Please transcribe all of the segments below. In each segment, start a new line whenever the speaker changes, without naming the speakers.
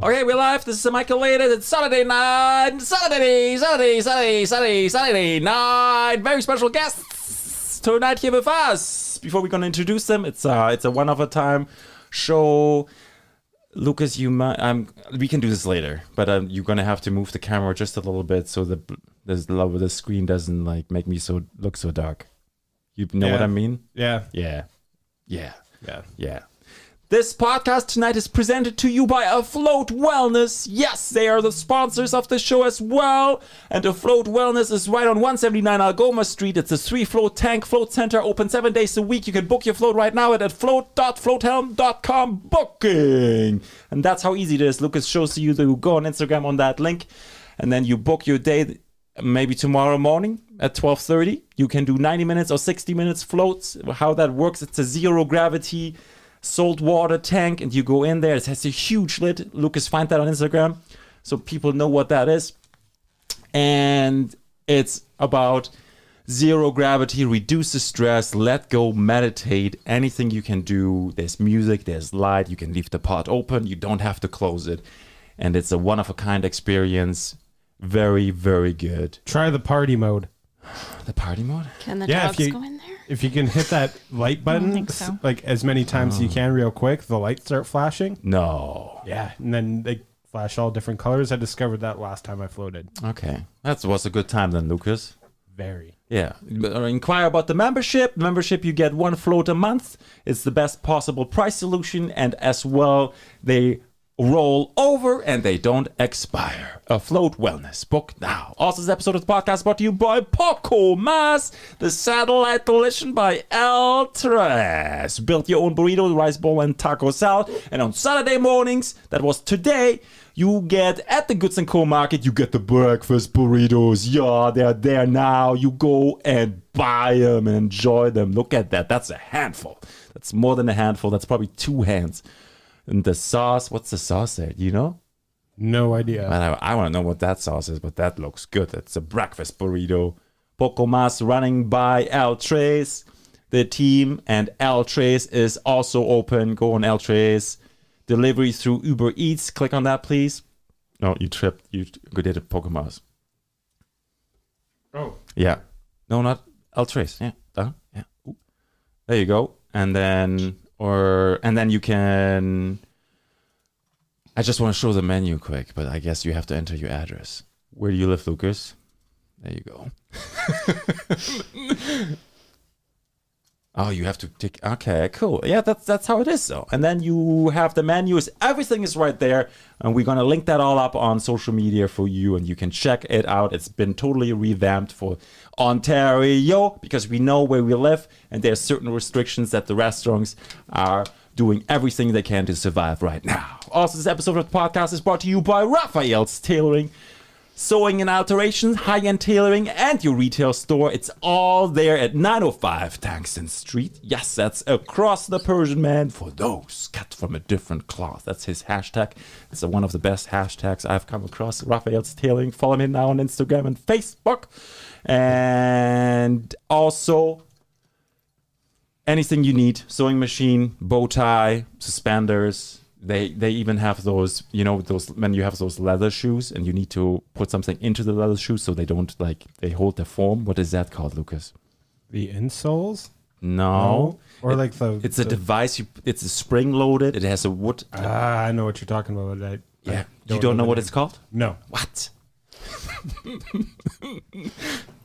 Okay, we're live. This is a Michael Later. It's Saturday night. Saturday, Saturday, Saturday, Saturday, Saturday night. Very special guests tonight here with us. Before we're gonna introduce them, it's uh it's a one of a time show. Lucas, you might um we can do this later, but um, you're gonna have to move the camera just a little bit so the this the screen doesn't like make me so look so dark. You know what
Yeah.
I mean?
Yeah.
Yeah. Yeah.
Yeah.
Yeah. This podcast tonight is presented to you by Afloat Wellness. Yes, they are the sponsors of the show as well. And Afloat Wellness is right on 179 Algoma Street. It's a three float tank float center open seven days a week. You can book your float right now at float.floathelm.com booking. And that's how easy it is. Lucas shows you that you go on Instagram on that link and then you book your day maybe tomorrow morning at 12.30 you can do 90 minutes or 60 minutes floats how that works it's a zero gravity salt water tank and you go in there it has a huge lid lucas find that on instagram so people know what that is and it's about zero gravity reduce the stress let go meditate anything you can do there's music there's light you can leave the pot open you don't have to close it and it's a one of a kind experience very very good
Try the party mode.
the party mode
Can the
Yeah, if
dogs
you-
go in there?
If you can hit that light button
think so.
s- like as many times
Mm.
as you can real quick, the lights start flashing.
no
Yeah. And then they flash all different colors. I discovered that last time I floated.
okay that was a good time then lucas
Very.
Yeah, but, uh, inquire about the membership. Membership, you get one float a month. It's the best possible price solution, and as well, they roll over and they don't expire. A float wellness book now. Also, this episode of the podcast brought to you by Poco Mass, the satellite edition by Eltres. Build your own burrito, rice bowl, and taco salad. And on Saturday mornings, that was today, you get at the Goods and Co market, you get the breakfast burritos. Yeah, they're there now. You go and buy them and enjoy them. Look at that. That's a handful. That's more than a handful. That's probably two hands. And the sauce, what's the sauce there? You know?
No idea.
And I, I want to know what that sauce is, but that looks good. It's a breakfast burrito. Pocomas running by El Trace, the team, and El Trace is also open. Go on El Trace. Delivery through Uber Eats. Click on that, please. No, you tripped. You you did a Pocomas.
Oh.
Yeah. No, not El Trace. Yeah. Down. Yeah. Ooh. There you go. And then or and then you can I just want to show the menu quick, but I guess you have to enter your address. Where do you live, Lucas? There you go. oh, you have to tick. Okay, cool. Yeah, that's that's how it is, though. And then you have the menus. Everything is right there, and we're gonna link that all up on social media for you, and you can check it out. It's been totally revamped for Ontario because we know where we live, and there are certain restrictions that the restaurants are doing everything they can to survive right now. Also, this episode of the podcast is brought to you by Raphael's Tailoring sewing and alterations, high-end tailoring, and your retail store. It's all there at 905 Tankston Street. Yes, that's across the Persian man for those cut from a different cloth. That's his hashtag. It's one of the best hashtags I've come across. Raphael's Tailoring. Follow me now on Instagram and Facebook. And also anything you need sewing machine bow tie suspenders they they even have those you know those when you have those leather shoes and you need to put something into the leather shoes so they don't like they hold their form what is that called lucas
The insoles?
no
Or
It-
like the
it's a
the-
device you it's a spring loaded it has a wood
Ah, I know what you're talking about. I, I
yeah you don't know
the
what
name.
it's called
No.
what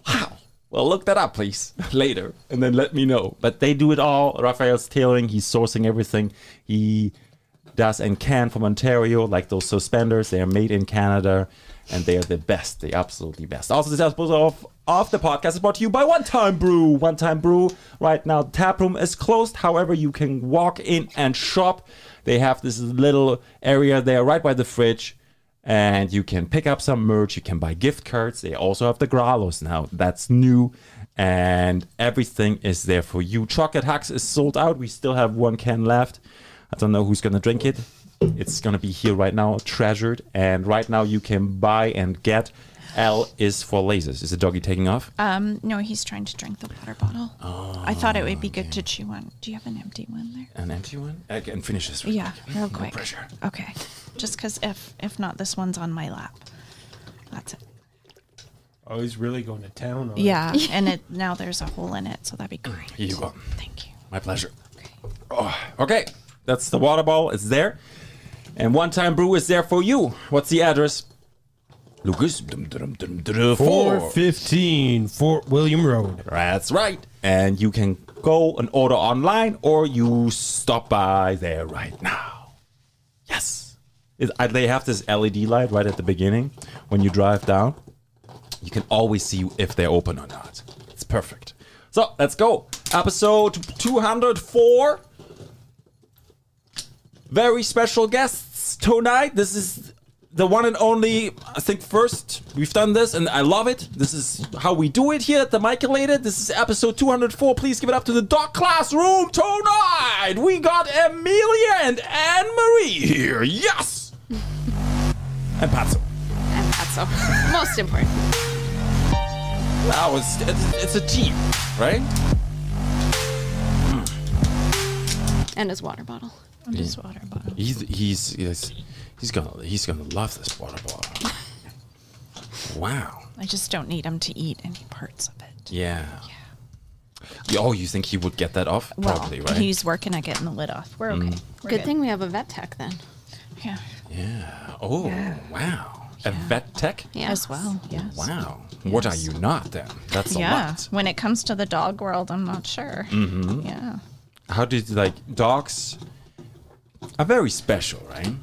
wow well look that up please later and then let me know but they do it all raphael's tailoring he's sourcing everything he does and can from Ontario, like those suspenders. They are made in Canada and they are the best, the absolutely best. Also, this episode of, of the podcast is brought to you by One Time Brew. One Time Brew, right now, the tap room is closed. However, you can walk in and shop. They have this little area there right by the fridge. And you can pick up some merch. You can buy gift cards. They also have the Gralos now. That's new. And everything is there for you. Chocolate Hacks is sold out. We still have one can left. I don't know who's gonna drink it. It's gonna be here right now, treasured. And right now you can buy and get L is for lasers. Is the doggy taking off?
Um, no, he's trying to drink the water bottle. I thought it would be
Oh,
good to chew on. Do you have an empty one there?
An empty one? I can finish this. real
Yeah,
quick.
real
No
quick.
pressure.
Okay, just because if if not, this one's on my lap. That's it.
Oh, he's really going to town on it.
Yeah, and it now there's a hole in it, so that'd be great.
Here you go.
Thank you.
My pleasure.
Okay.
Oh, Okay, that's the water bottle. It's there. And One Time Brew is there for you. What's the address? Lucas. Dum, dum, dum, dum, four.
415 Fort William Road.
That's right. And you can go and order online or you stop by there right now. Yes. Is, uh, they have this LED light right at the beginning when you drive down. You can always see if they're open or not. It's perfect. So let's go. Episode 204. Very special guests tonight. This is the one and only, I think, first. We've done this and I love it. This is how we do it here at the Michaelator. This is episode 204. Please give it up to the Doc Classroom tonight. We got Amelia and Anne Marie here. Yes! and Patso.
And that's all. Most important.
Wow, it's, it's, it's a team, right?
And his water bottle.
And this water bottle.
He's he's he's, he's gonna he's gonna love this water bottle. wow.
I just don't need him to eat any parts of it.
Yeah. Yeah, Oh, you think he would get that off? Probably, Mm.
well,
right?
he's working at getting the lid off. We're okay. We're
good, thing we have a vet tech then.
Yeah.
yeah. Oh, wow. A vet tech?
Yeah.
As well. Yes.
Wow. What are
Yes.
you not then? That's a
Yeah.
lot.
When it comes to the dog world, I'm not sure. Mm-hmm. Yeah.
How did like dogs are very special, right?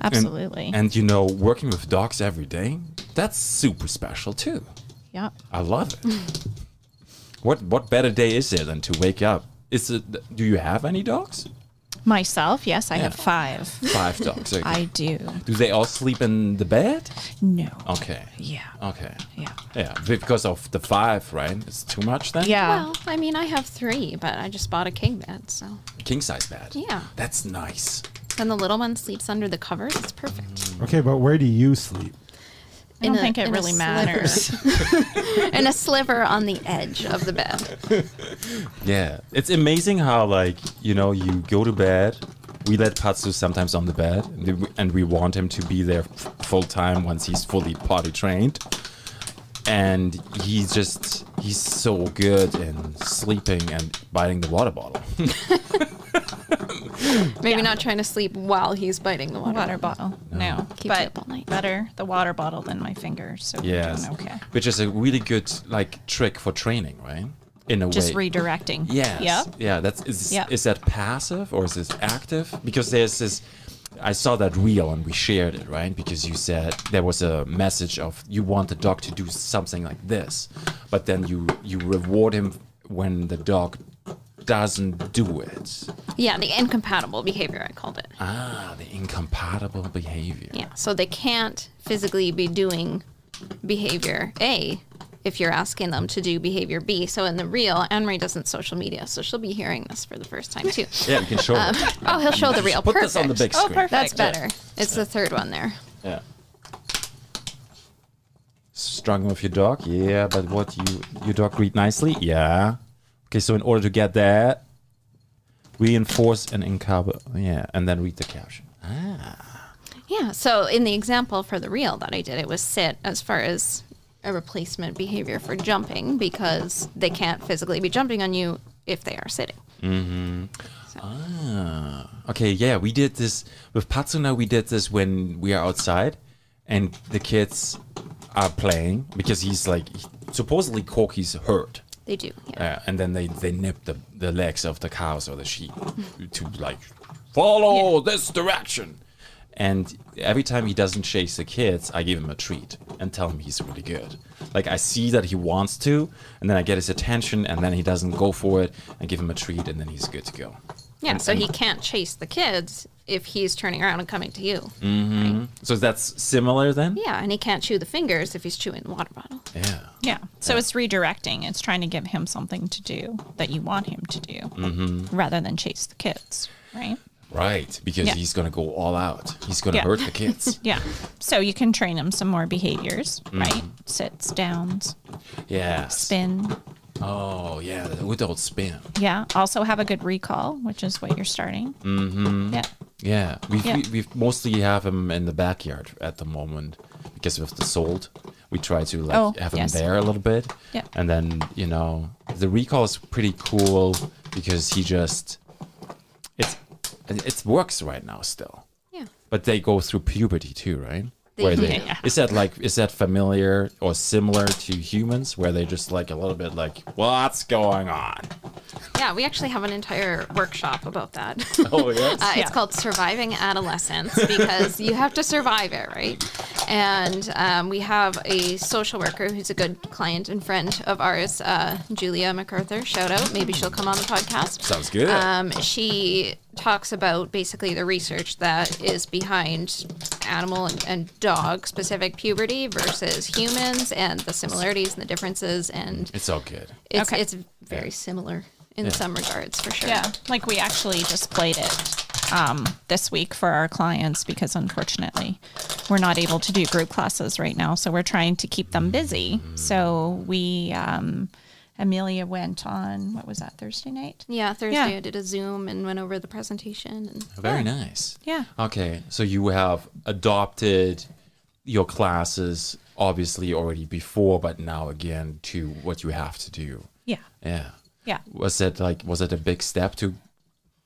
Absolutely.
And, and you know, working with dogs every day, that's super special too.
yeah.
I love it. what what better day is there than to wake up? Is it? Do you have any dogs?
Myself, yes, I have
Yeah.
five.
Five dogs. okay.
I do.
do they all sleep in the bed?
No.
Okay.
Yeah.
Oh. Okay.
Yeah.
Yeah, because of the five, right? It's too much then.
Yeah.
Well, I mean, I have three, but I just bought a king bed, so.
King size bed.
Yeah.
That's nice.
And the little one sleeps under the covers. It's perfect.
Okay, but where do you sleep?
I don't
In a-
think
in
it
a
really
sliver.
matters.
And a sliver on the edge of the bed.
Yeah. It's amazing how like you know you go to bed. We let Patsu sometimes on the bed, and we- and we want him to be there f- full time once he's fully potty trained. And he's just he's so good in sleeping and biting the water bottle.
Maybe not trying to sleep while he's biting the water.
water bottle. No.
Keep you
but
up all night.
better the water bottle than my finger. So we're
yes.
doing okay.
Which is a really good like trick for training, right? In a
Just
way.
redirecting.
Yes.
Yep.
Yeah. That's is
Yep.
is that passive or is this active? Because there's this. I saw that reel and we shared it, right? Because you said there was a message of you want the dog to do something like this, but then you you reward him when the dog doesn't do it.
Yeah, the incompatible behavior, I called it.
Ah, the incompatible behavior.
Yeah. So they can't physically be doing behavior A if you're asking them to do behavior B. So in the real, Anne Marie doesn't social media, so she'll be hearing this for the first time too.
Yeah, we can show. him.
oh, he'll show the real.
Put
perfect.
this on the big
Oh,
screen.
perfect.
That's better. It's the third one there.
Yeah. Struggling with your dog? Yeah, but what you your dog read nicely? Yeah. Okay, so in order to get that, reinforce and uncover. Yeah, and then read the caption.
Yeah. So in the example for the real that I did, it was sit as far as a replacement behavior for jumping because they can't physically be jumping on you if they are sitting.
Ah, okay, yeah, we did this with Patsuna. We did this when we are outside, and the kids are playing because he's like supposedly Corky's hurt.
They do. Yeah.
Uh, and then they, they nip the, the legs of the cows or the sheep to like follow this direction. And every time he doesn't chase the kids, I give him a treat and tell him he's really good. Like I see that he wants to, and then I get his attention, and then he doesn't go for it, and give him a treat, and then he's good to go.
Yeah. So he can't chase the kids if he's turning around and coming to you.
So that's similar then.
Yeah, and he can't chew the fingers if he's chewing the water bottle.
Yeah.
Yeah. So it's redirecting. It's trying to give
Mm-hmm.
him something to do that you want him to do rather than chase the kids, right?
Right, because
Yeah.
he's gonna go all out. He's gonna
Yeah.
hurt the kids.
Yeah. So you can train them some more behaviors,
Mm-hmm.
right? Sits, downs,
yeah.
spin.
Oh yeah, the without spin.
Yeah. Also have a good recall, which is what you're starting. Mm-hmm. Yeah.
Yeah, we've,
Yeah.
we we've mostly have him in the backyard at the moment because with the sold, we try to like
Oh,
have him
yes.
there a little bit.
Yeah.
And then you know the recall is pretty cool because he just it's it works right now still,
Yeah.
but they go through puberty too, right?
They-
where they
Yeah.
is that like is that familiar or similar to humans where they just like a little bit like what's going on?
Yeah, we actually have an entire workshop about that.
Oh yes.
Uh,
Yeah.
It's called Surviving Adolescence because you have to survive it, right? And um, we have a social worker who's a good client and friend of ours, uh, Julia MacArthur. Shout out. Maybe she'll come on the podcast.
Sounds good.
Um, she talks about basically the research that is behind animal and, and dog specific puberty versus humans and the similarities and the differences. And
it's all good.
it's,
Okay.
it's very similar in
Yeah.
some regards for sure.
Yeah. Like we actually just played it um, this week for our clients because unfortunately we're not able to do group classes right now. So we're trying to keep them busy. So we, um, Amelia went on, what was that, Thursday night?
Yeah, Thursday
Yeah.
I did a Zoom and went over the presentation. And
Very nice.
Yeah.
Okay, so you have adopted your classes obviously already before, but now again to what you have to do.
Yeah.
Yeah.
Yeah.
Was it like was it a big step to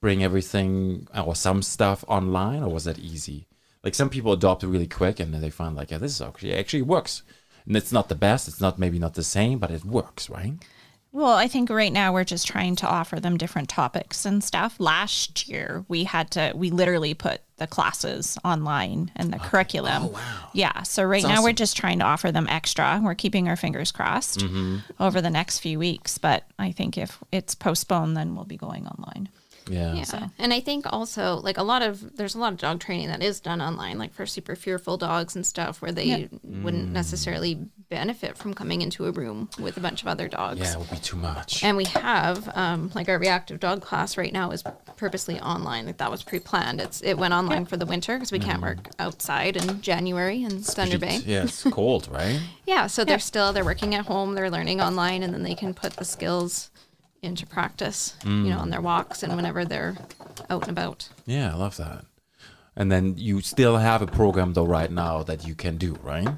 bring everything uh, or some stuff online, or was that easy? Like some people adopt it really quick, and then they find like, yeah, this is actually actually works, and it's not the best. It's not maybe not the same, but it works, right?
Well, I think right now we're just trying to offer them different topics and stuff. Last year we had to we literally put the classes online and the curriculum. Yeah. So right now we're
awesome.
just trying to offer them extra. We're keeping our fingers crossed over the next few weeks. But I think if it's postponed then we'll be going online.
Yeah.
yeah, and I think also like a lot of there's a lot of dog training that is done online, like for super fearful dogs and stuff, where they
Yeah.
wouldn't necessarily benefit from coming into a room with a bunch of other dogs.
Yeah, it would be too much.
And we have um, like our reactive dog class right now is purposely online. Like that was pre-planned. It's it went online for the winter because we can't work outside in January in Thunder Bay.
Yeah, it's cold, right?
Yeah, so they're
Yeah.
still they're working at home, they're learning online, and then they can put the skills into practice, you know, on their walks and whenever they're out and about.
Yeah, I love that. And then you still have a program though right now that you can do, right?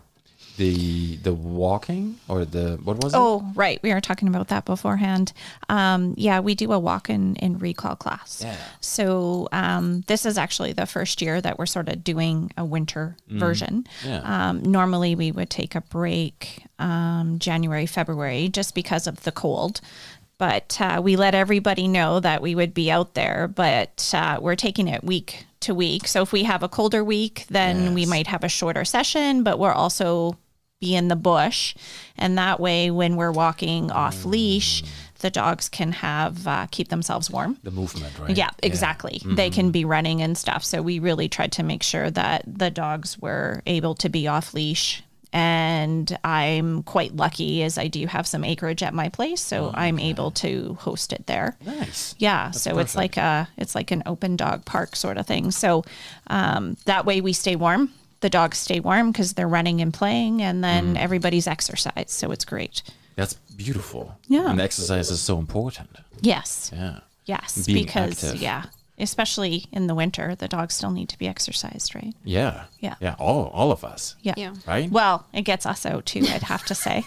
The the walking or the what was it?
Oh, right. We were talking about that beforehand. Um, yeah, we do a walk in in recall class.
Yeah.
So um, this is actually the first year that we're sort of doing a winter version.
Mm. Yeah.
Um, normally we would take a break um, January, February, just because of the cold. But uh, we let everybody know that we would be out there, but uh, we're taking it week to week. So if we have a colder week, then we
Yes.
might have a shorter session, but we're also be in the bush. And that way, when we're walking off
Mm.
leash, the dogs can have uh, keep themselves warm.
The movement, right? Mm-hmm.
Yeah, exactly. They can be running and stuff. So we really tried to make sure that the dogs were able to be off leash. And I'm quite lucky as I do have some acreage at my place, so
Oh,
I'm able to host it there.
Nice.
Yeah, so it's like a it's like an open dog park sort of thing. So um, that way we stay warm. The dogs stay warm because they're running and playing, and
Mm.
then everybody's exercised. So it's great.
That's beautiful.
Yeah.
And exercise is so important.
Yes,
Yeah.
yes,
Being
because
active.
yeah, especially in the winter, the dogs still need to be exercised, right?
Yeah.
Yeah.
Yeah. All all of us.
Yeah.
Yeah.
Right?
Well, it gets us out too. I'd have to say,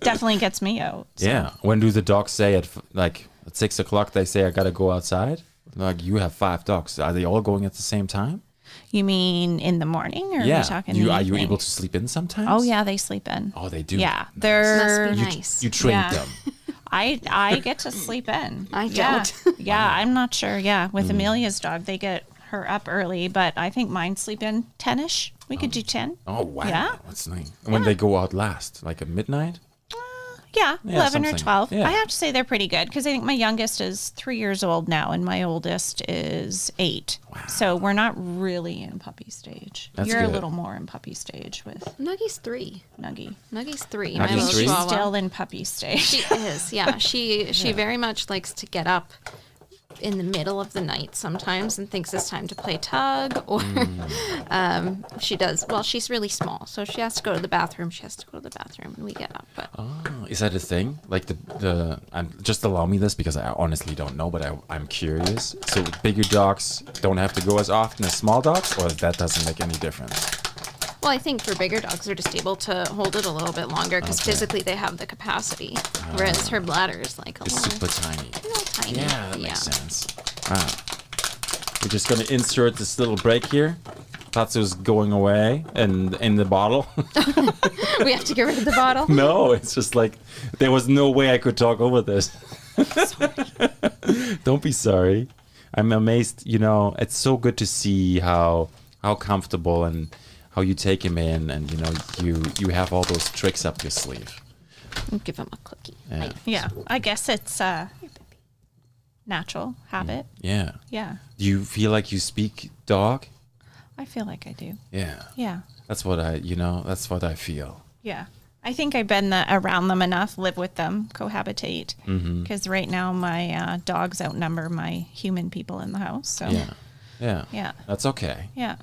definitely gets me out.
Yeah. When do the dogs say at f- like at six o'clock they say I gotta go outside? Like you have five dogs. Are they all going at the same time?
You mean in the morning, or are
yeah.
we talking?
you
the
are you
evening?
able to sleep in sometimes?
Oh yeah, they sleep in.
Oh they do.
yeah,
Must
they're
be
You,
nice.
you trained
Yeah.
them.
I I get to sleep in.
I
yeah.
don't.
yeah, I'm not sure. Yeah, with
Mm.
Amelia's dog, they get her up early, but I think mine sleep in ten ish. We could do ten.
Oh wow,
Yeah.
that's nice. And when they go out last, like at midnight.
Yeah,
Yeah,
eleven or
something.
twelve.
Yeah.
I have to say they're pretty good because I think my youngest is three years old now, and my oldest is eight. So we're not really in puppy stage.
That's
You're
good.
a little more in puppy stage with
Nuggie's three.
Nuggie.
Nuggie's three.
Nuggie's
My little
three?
She's
chihuahua.
still in puppy stage.
She is, yeah. She she very much likes to get up in the middle of the night sometimes and thinks it's time to play tug or
Mm.
um, she does well she's really small so she has to go to the bathroom she has to go to the bathroom when we get up but
Oh, is that a thing? Like the the? I'm just allow me this because I honestly don't know, but I I'm curious. So bigger dogs don't have to go as often as small dogs, or that doesn't make any difference.
well i think for bigger dogs they're just able to hold it a little bit longer because
Okay.
physically they have the capacity whereas her bladder is like a
It's
little,
super tiny.
little tiny
Yeah, that makes sense. Ah. We're just gonna insert this little break here. Tatsu's going away and in the bottle.
we have to get rid of the bottle
no, it's just like there was no way I could talk over this. Don't be sorry. I'm amazed, you know, it's so good to see how how comfortable and how you take him in and you know you you have all those tricks up your sleeve.
give him a cookie
Yeah.
Yeah, I guess it's a natural habit.
Yeah.
Yeah,
Do you feel like you speak dog?
I feel like I do.
Yeah.
Yeah,
That's what I, you know, that's what I feel.
yeah. I think I've been the, around them enough, live with them, cohabitate.
Mm-hmm.
Because right now my uh, dogs outnumber my human people in the house. So
Yeah. Yeah.
Yeah.
That's okay.
yeah.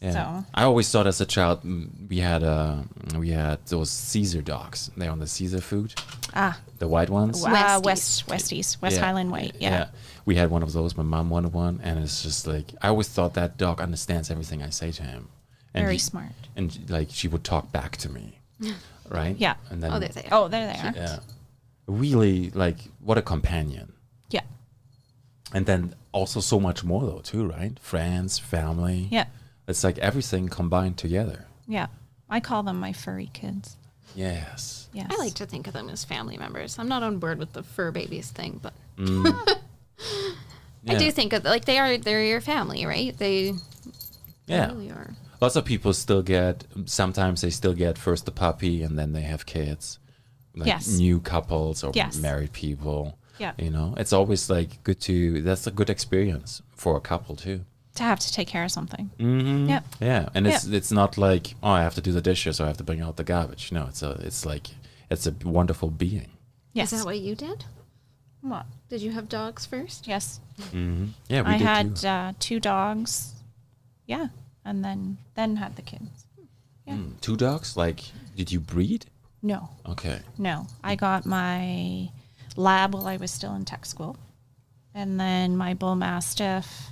Yeah.
So-
I always thought as a child mm, we had uh we had those Caesar dogs. They're on the Caesar food.
Ah,
The white ones.
uh,
West
West West East West
Yeah.
Highland White. Yeah.
We had one of those. My mom wanted one and it's just like I always thought that dog understands everything I say to him. And
very
he-
smart.
And like she would talk back to me. right?
Yeah.
And then
oh there they are
Oh, there they are.
Yeah. Really like what a companion.
Yeah,
And then also so much more though too, right? Friends, family.
yeah,
It's like everything combined together.
yeah. I call them my furry kids.
Yes.
Yes.
I like to think of them as family members. I'm not on board with the fur babies thing, but I
Yeah.
do think of like they are they're your family, right? They
Yeah.
really are.
Lots of people still get. Sometimes they still get first the puppy and then they have kids. Like
Yes.
New couples or
Yes.
married people.
Yeah.
You know, it's always like good to. That's a good experience for a couple too.
to have to take care of something. Mm-hmm. Yep.
Yeah, and it's it's not like oh I have to do the dishes or I have to bring out the garbage. No, it's a it's like it's a wonderful being.
Yes.
Is that what you did?
What?
Did you have dogs first?
Yes.
Yeah, we
I
did
had
too.
uh, two dogs. Yeah, and then then had the kids.
Mm, two dogs. Like, did you breed?
No,
Okay.
no. I got my lab while I was still in tech school, and then my bull mastiff.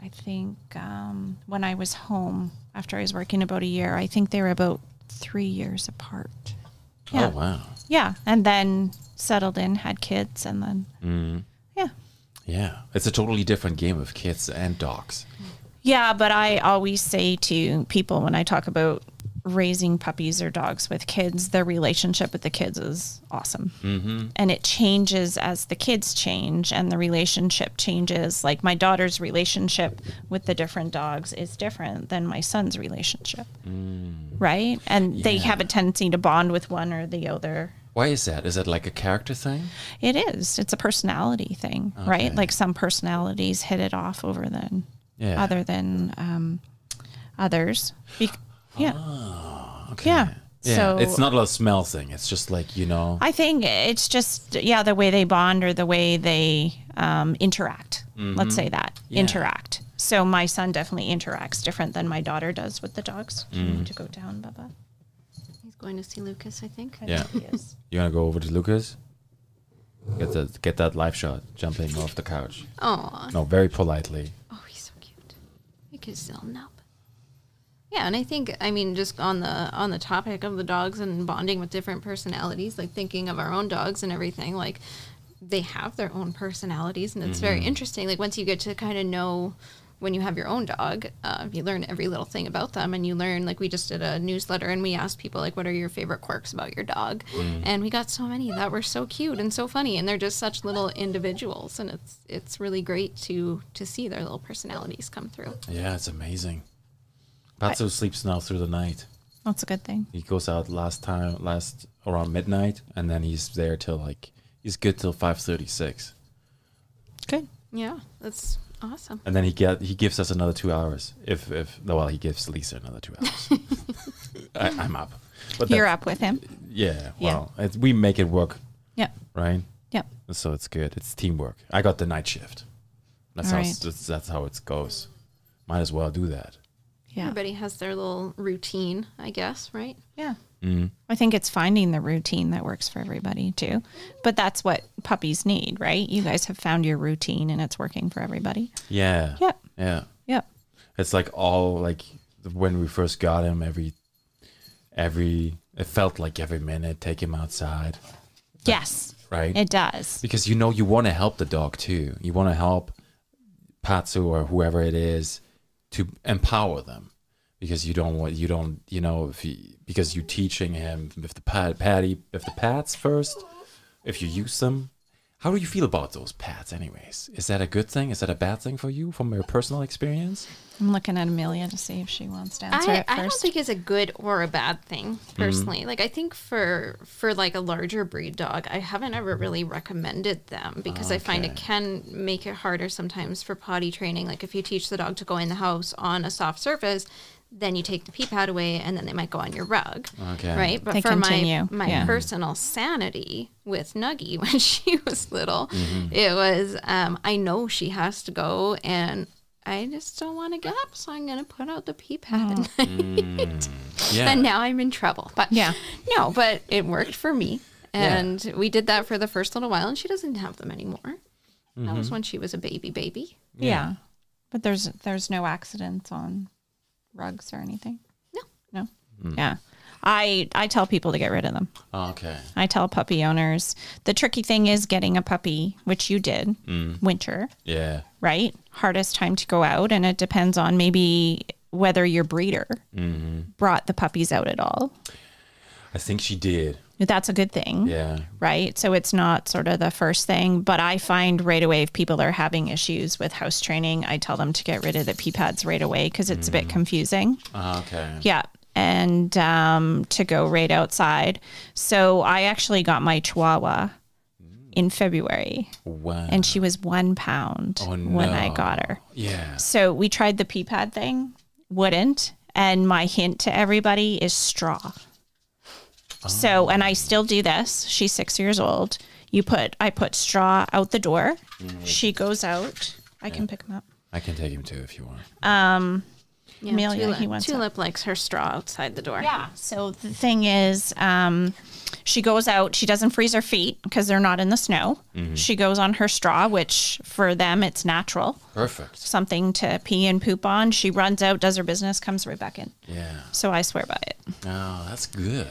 I think um, when I was home after I was working about a year, I think they were about three years apart. Yeah.
Oh wow.
Yeah, and then settled in, had kids, and then
Mm-hmm.
yeah.
Yeah, it's a totally different game of kids and dogs.
Yeah, but I always say to people when I talk about raising puppies or dogs with kids, their relationship with the kids is awesome. Mm-hmm. And it changes as the kids change and the relationship changes. Like my daughter's relationship with the different dogs is different than my son's relationship. Right? And they have a tendency to bond with one or the other.
Why is that? Is that like a character thing?
It is. It's a personality thing, right? Like some personalities hit it off over than
Yeah.
other than um, others. Be- yeah,
Okay.
yeah.
Yeah.
So-
it's not a smell thing. It's just like you know.
I think it's just yeah the way they bond or the way they um, interact.
Mm-hmm.
Let's say that interact. So my son definitely interacts different than my daughter does with the dogs. Do
Mm.
you need to go down, Bubba?
He's going to see Lucas, I think.
I
Yeah.
think he is.
You wanna go over to Lucas? Get that get that live shot jumping off the couch.
Oh,
No, very politely.
oh, he's so cute. He can still nub. Yeah, and I think I mean just on the on the topic of the dogs and bonding with different personalities, like thinking of our own dogs and everything, like they have their own personalities and it's very interesting like once you get to kind of know when you have your own dog uh, you learn every little thing about them and you learn like we just did a newsletter and we asked people like what are your favorite quirks about your dog and we got so many that were so cute and so funny and they're just such little individuals and it's it's really great to to see their little personalities come through
Yeah, it's amazing. Patsu sleeps now through the night.
That's a good thing.
He goes out last time last around midnight and then he's there till like he's good till five thirty six.
Good.
yeah that's awesome
And then he get he gives us another two hours. If if no, well he gives Lisa another two hours. I, I'm up. But
You're
that-
up with him.
Yeah.
Yeah.
Well, It's, we make it work,
Yep.
right?
Yep.
So it's good. It's teamwork. I got the night shift. That's
All
how
right.
s- that's, that's how it goes. Might as well do that.
Yeah.
Everybody has their little routine, I guess, right?
Yeah. I think it's finding the routine that works for everybody too. But that's what puppies need, right? You guys have found your routine and it's working for everybody.
Yeah.
Yeah.
Yeah.
Yep.
It's like all like when we first got him every every it felt like every minute take him outside,
Yes.
right?
It does.
because you know you want to help the dog too. You want to help Patsu or whoever it is to empower them because you don't want you don't you know if you, because you're teaching him if the pad patty if the pads first if you use them. How do you feel about those pads, anyways? Is that a good thing? Is that a bad thing for you from your personal experience?
I'm looking at Amelia to see if she wants to answer
I,
it
I don't
first.
think it's a good or a bad thing personally. Like I think for for like a larger breed dog, I haven't ever really recommended them because I find it
Okay.
can make it harder sometimes for potty training. Like if you teach the dog to go in the house on a soft surface, then you take the pee pad away and then they might go on your rug.
Okay.
Right? But
They
for
continue,
my my
yeah.
personal sanity with Nuggie when she was little, it was um, I know she has to go and I just don't want to get up, so I'm gonna put out the pee pad.
Yeah.
And now I'm in trouble. But
Oh. Yeah.
no, but it worked for me. And we did that for the first little while, and she doesn't have them anymore. That was when she was a baby baby.
yeah. But there's there's no accidents on rugs or anything.
No.
No. Yeah. I I tell people to get rid of them.
Ah, Okay.
I tell puppy owners the tricky thing is getting a puppy, which you did, winter,
Yeah.
right? Hardest time to go out. And it depends on maybe whether your breeder
Mm-hmm.
brought the puppies out at all.
I think she did.
That's a good thing,
Yeah.
right? So it's not sort of the first thing. But I find right away if people are having issues with house training, I tell them to get rid of the pee pads right away because it's a
Mm.
bit confusing.
Ah, Okay.
Yeah. And um, to go right outside. So I actually got my Chihuahua
Mm.
in February
Wow.
and she was one pound
Oh,
when I
no.
got her.
yeah.
So we tried the pee pad thing, wouldn't. And my hint to everybody is straw. So, and I still do this. She's six years old. You put, I put straw out the door. She goes out. I can pick them up.
I can take him too if you want.
Yeah,
Amelia,
Tulip,
he wants
Tulip likes her straw outside the door.
Yeah. So the thing is, um, she goes out. She doesn't freeze her feet because they're not in the snow. She goes on her straw, which for them it's natural,
Perfect.
something to pee and poop on. She runs out, does her business, comes right back in.
Yeah.
So I swear by it.
Oh, that's good.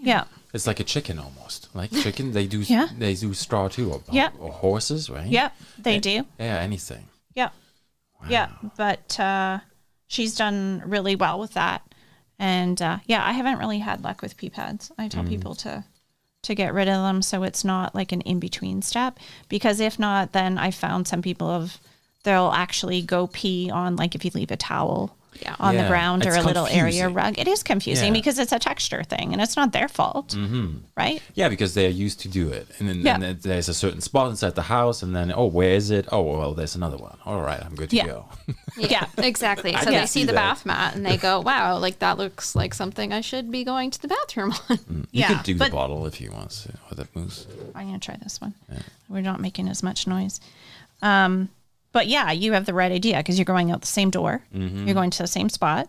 Yeah.
It's like a chicken almost. Like chicken, they do
Yeah.
they do straw too, or,
Yeah.
or horses, right?
Yep. They do.
Yeah, anything.
Yeah. Yeah. But uh, she's done really well with that. And uh, yeah, I haven't really had luck with pee pads. I
Mm.
tell people to to get rid of them so it's not like an in between step. Because if not, then I found some people have they'll actually go pee on like if you leave a towel
Yeah.
on
Yeah,
the ground or
it's
a little area
confusing.
rug. It is confusing
Yeah. Mm-hmm.
because it's a texture thing and it's not their fault, right?
Yeah, because they're used to do it. And then,
Yeah.
and then there's a certain spot inside the house, and then, oh, where is it? Oh, well, there's another one. All right, I'm good to
Yeah.
go.
Yeah.
Exactly. So
can
they
see
see the
that.
bath mat and they go, wow, like that looks like something I should be going to the bathroom on.
You
yeah.
could do
but-
the bottle if you want to, or the moose.
I'm gonna try this one. We're not making as much noise. Um, but yeah, you have the right idea because you're going out the same door.
Mm-hmm.
You're going to the same spot,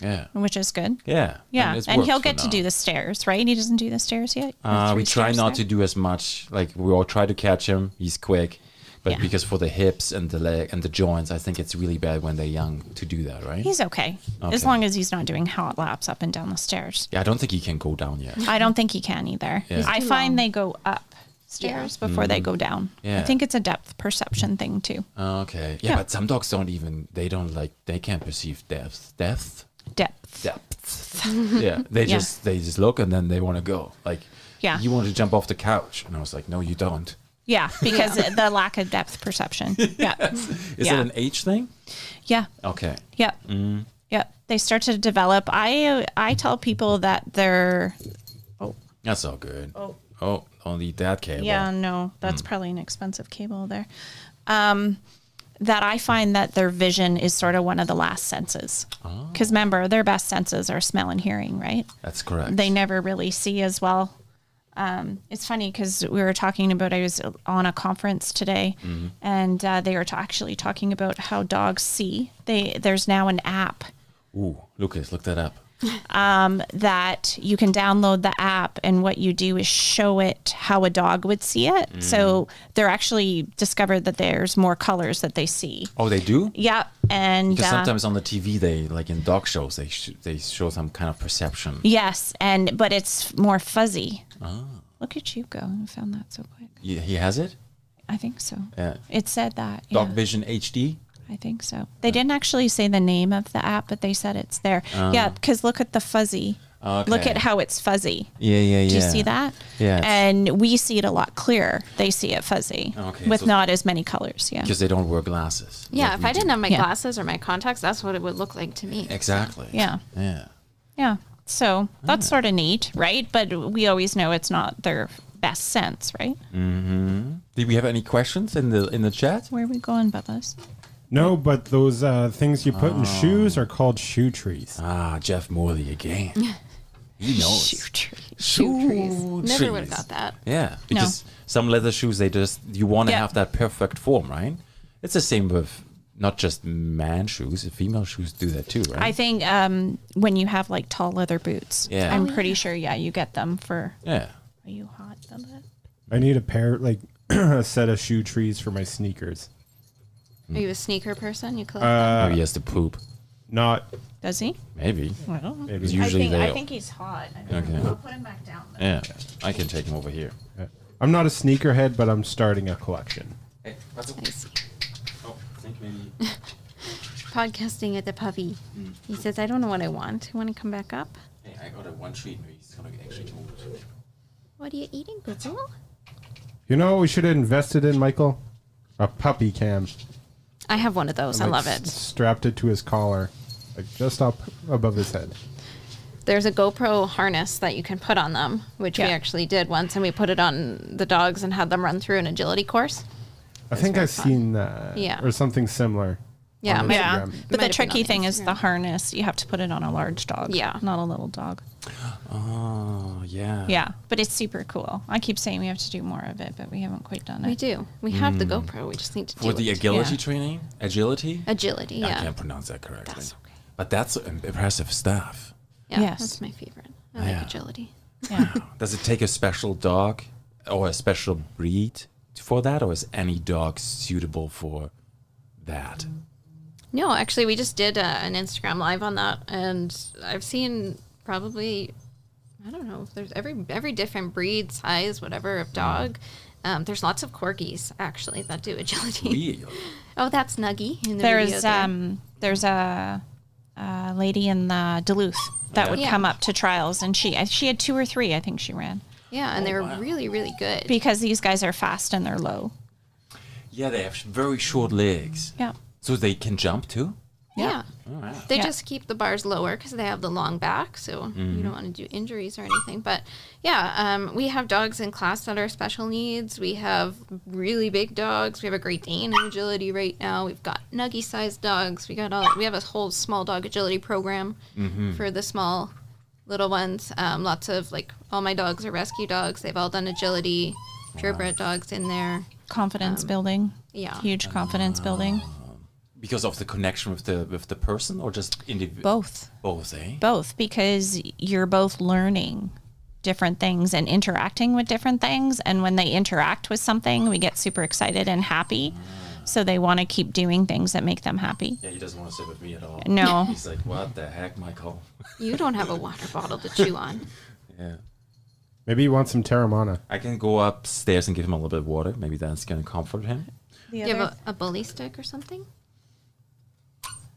Yeah.
which is good.
Yeah.
Yeah,
it's
and, he'll
worked for
get to
now.
do the stairs, right? He doesn't do the stairs yet.
Uh, we try not to do as much. Like we all try to catch him. He's quick, but
Yeah.
because for the hips and the leg and the joints, I think it's really bad when they're young to do that, right?
He's okay, as
Okay.
long as he's not doing hot laps up and down the stairs.
yeah, I don't think he can go down yet.
I don't think he can either.
Yeah. He's
I
too
find
long.
they go up stairs before they go down. I
Yeah.
think it's a depth perception thing too.
Oh, Okay. Yeah,
Yeah.
but some dogs don't even. They don't like. They can't perceive depth. Depth.
Depth.
Depth. yeah. They
Yeah.
just they just look and then they want to go. Like.
Yeah.
You want to jump off the couch, and I was like, no, you don't.
Yeah, because the lack of depth perception. Yeah.
Is
Yeah.
it an age thing?
Yeah.
Okay.
Yep. Yep. They start to develop. I I tell people that they're
That's all good. Oh. Oh, only that cable.
yeah no that's probably an expensive cable there. Um, that I find that their vision is sort of one of the last senses because remember their best senses are smell and hearing, right?
That's correct.
They never really see as well. Um, It's funny because we were talking about, I was on a conference today and uh, they were ta- actually talking about how dogs see. They There's now an app
Ooh, Lucas, look that up.
that you can download the app and what you do is show it how a dog would see it.
Mm.
So they're actually discovered that there's more colors that they see.
Oh, they do.
Yep. And
Because
uh,
sometimes on the TV, they like in dog shows, they sh- they show some kind of perception.
yes, and but it's more fuzzy.
Oh.
Look at you go. I found that so quick.
He, he has it.
I think so.
Yeah.
It said that.
Dog
yeah.
Vision HD.
I think so. They didn't actually say the name of the app, but they said it's there. yeah, because look at the fuzzy. Look
Oh. Okay.
at how it's fuzzy.
Yeah, yeah, yeah.
Do you see that?
Yeah, it's-
And we see it a lot clearer. They see it fuzzy
Okay,
with
so-
not as many colors. Yeah.
Because they don't wear glasses.
Yeah,
like
if
we
I
do.
didn't have my
Yeah.
glasses or my contacts, that's what it would look like to me.
Exactly.
Yeah.
Yeah.
Yeah. So
Ah.
that's sort of neat, right? But we always know it's not their best sense, right?
Mm. Did we have any questions in the in the chat?
Where are we going, Bubba's?
No, but those uh, things you put in
Oh.
shoes are called shoe trees.
Ah, Jeff Morley again. he knows.
Shoe trees.
Shoe
Never would have
trees.
got that.
Yeah, because some leather shoes they just you want to
Yeah.
have that perfect form, right? It's the same with not just man shoes, female shoes do that too, right?
I think um, when you have like tall leather boots,
Yeah.
I'm pretty sure, Oh, yeah, you get them for.
yeah.
Are you hot, Bubba?
I need a pair, like a set of shoe trees for my sneakers.
Are you a sneaker person? You collect
Maybe he has to poop.
Not
Does he?
Maybe.
I don't know.
maybe.
You- Usually they-
he's hot. I
don't know. Okay. I'll
put him back down.
Yeah. I can take him over here.
I'm not a sneakerhead, but I'm starting a collection.
Hey, what's up?
them? Nice.
Oh, I think maybe.
Podcasting at the puppy. He says, I don't know what I want. You want to come back up?
Hey, I got a one treat and he's gonna actually move it.
What are you eating, Google?
You know what we should have invested in, Michael? A puppy cam.
I have one of those. I
Like,
love
s-
it.
Strapped it to his collar, like just up above his head.
There's a GoPro harness that you can put on them, which we
Yeah.
actually did once, and we put it on the dogs and had them run through an agility course.
I think
very
I've
fun.
seen that.
Yeah.
Or something similar.
Yeah,
on
my-
Yeah.
Instagram.
But
Might have been
the
on
tricky thing is the
Instagram.
harness. You have to put it on a large dog.
Yeah.
Not a little dog.
Oh yeah.
Yeah. But it's super cool. I keep saying we have to do more of it, but we haven't quite done it.
We do. We have the GoPro. We just need to do
Hmm. For the
it.
agility
Yeah.
training? Agility?
agility.
I
Yeah.
can't pronounce that correctly.
That's okay.
But that's im- impressive stuff.
yeah
Yes.
That's my favorite. I
Yeah.
like agility.
Yeah.
Does it take a special dog or a special breed for that, or is any dog suitable for that?
No, actually, we just did uh, an Instagram live on that, and I've seen probably, I don't know, if there's every every different breed, size, whatever
Hmm.
of dog. Um, there's lots of corgis actually that do agility.
Really?
Oh, that's Nuggy. In the video
there's
there.
um there's a, a lady in uh Duluth that would
Yeah.
come up to trials and she she had two or three I think she ran
yeah, and they were
Oh, wow.
really really good.
because these guys are fast and they're low.
Yeah, they have sh- very short legs.
Yeah.
So they can jump too?
yeah.
Oh, wow.
They
Yeah.
just keep the bars lower because they have the long back, so you don't want to do injuries or anything. But yeah, um, we have dogs in class that are special needs. We have really big dogs. We have a Great Dane in agility right now. We've got nuggy sized dogs. We got all. We have a whole small dog agility program for the small little ones. Um, lots of like all my dogs are rescue dogs. They've all done agility. Purebred dogs in there.
Confidence building.
Um, yeah.
Huge confidence building.
Because of the connection with the with the person or just individual?
Both.
Both, eh?
both because you're both learning different things and interacting with different things and when they interact with something we get super excited and happy so they want to keep doing things that make them happy
Yeah, he doesn't want to sit with me at all.
No.
He's like, what the heck, Michael?
You don't have a water bottle to chew on.
Yeah.
Maybe you want some Terramana.
I can go upstairs and give him a little bit of water. Maybe that's going to comfort him.
Do you have a, a bully stick or something?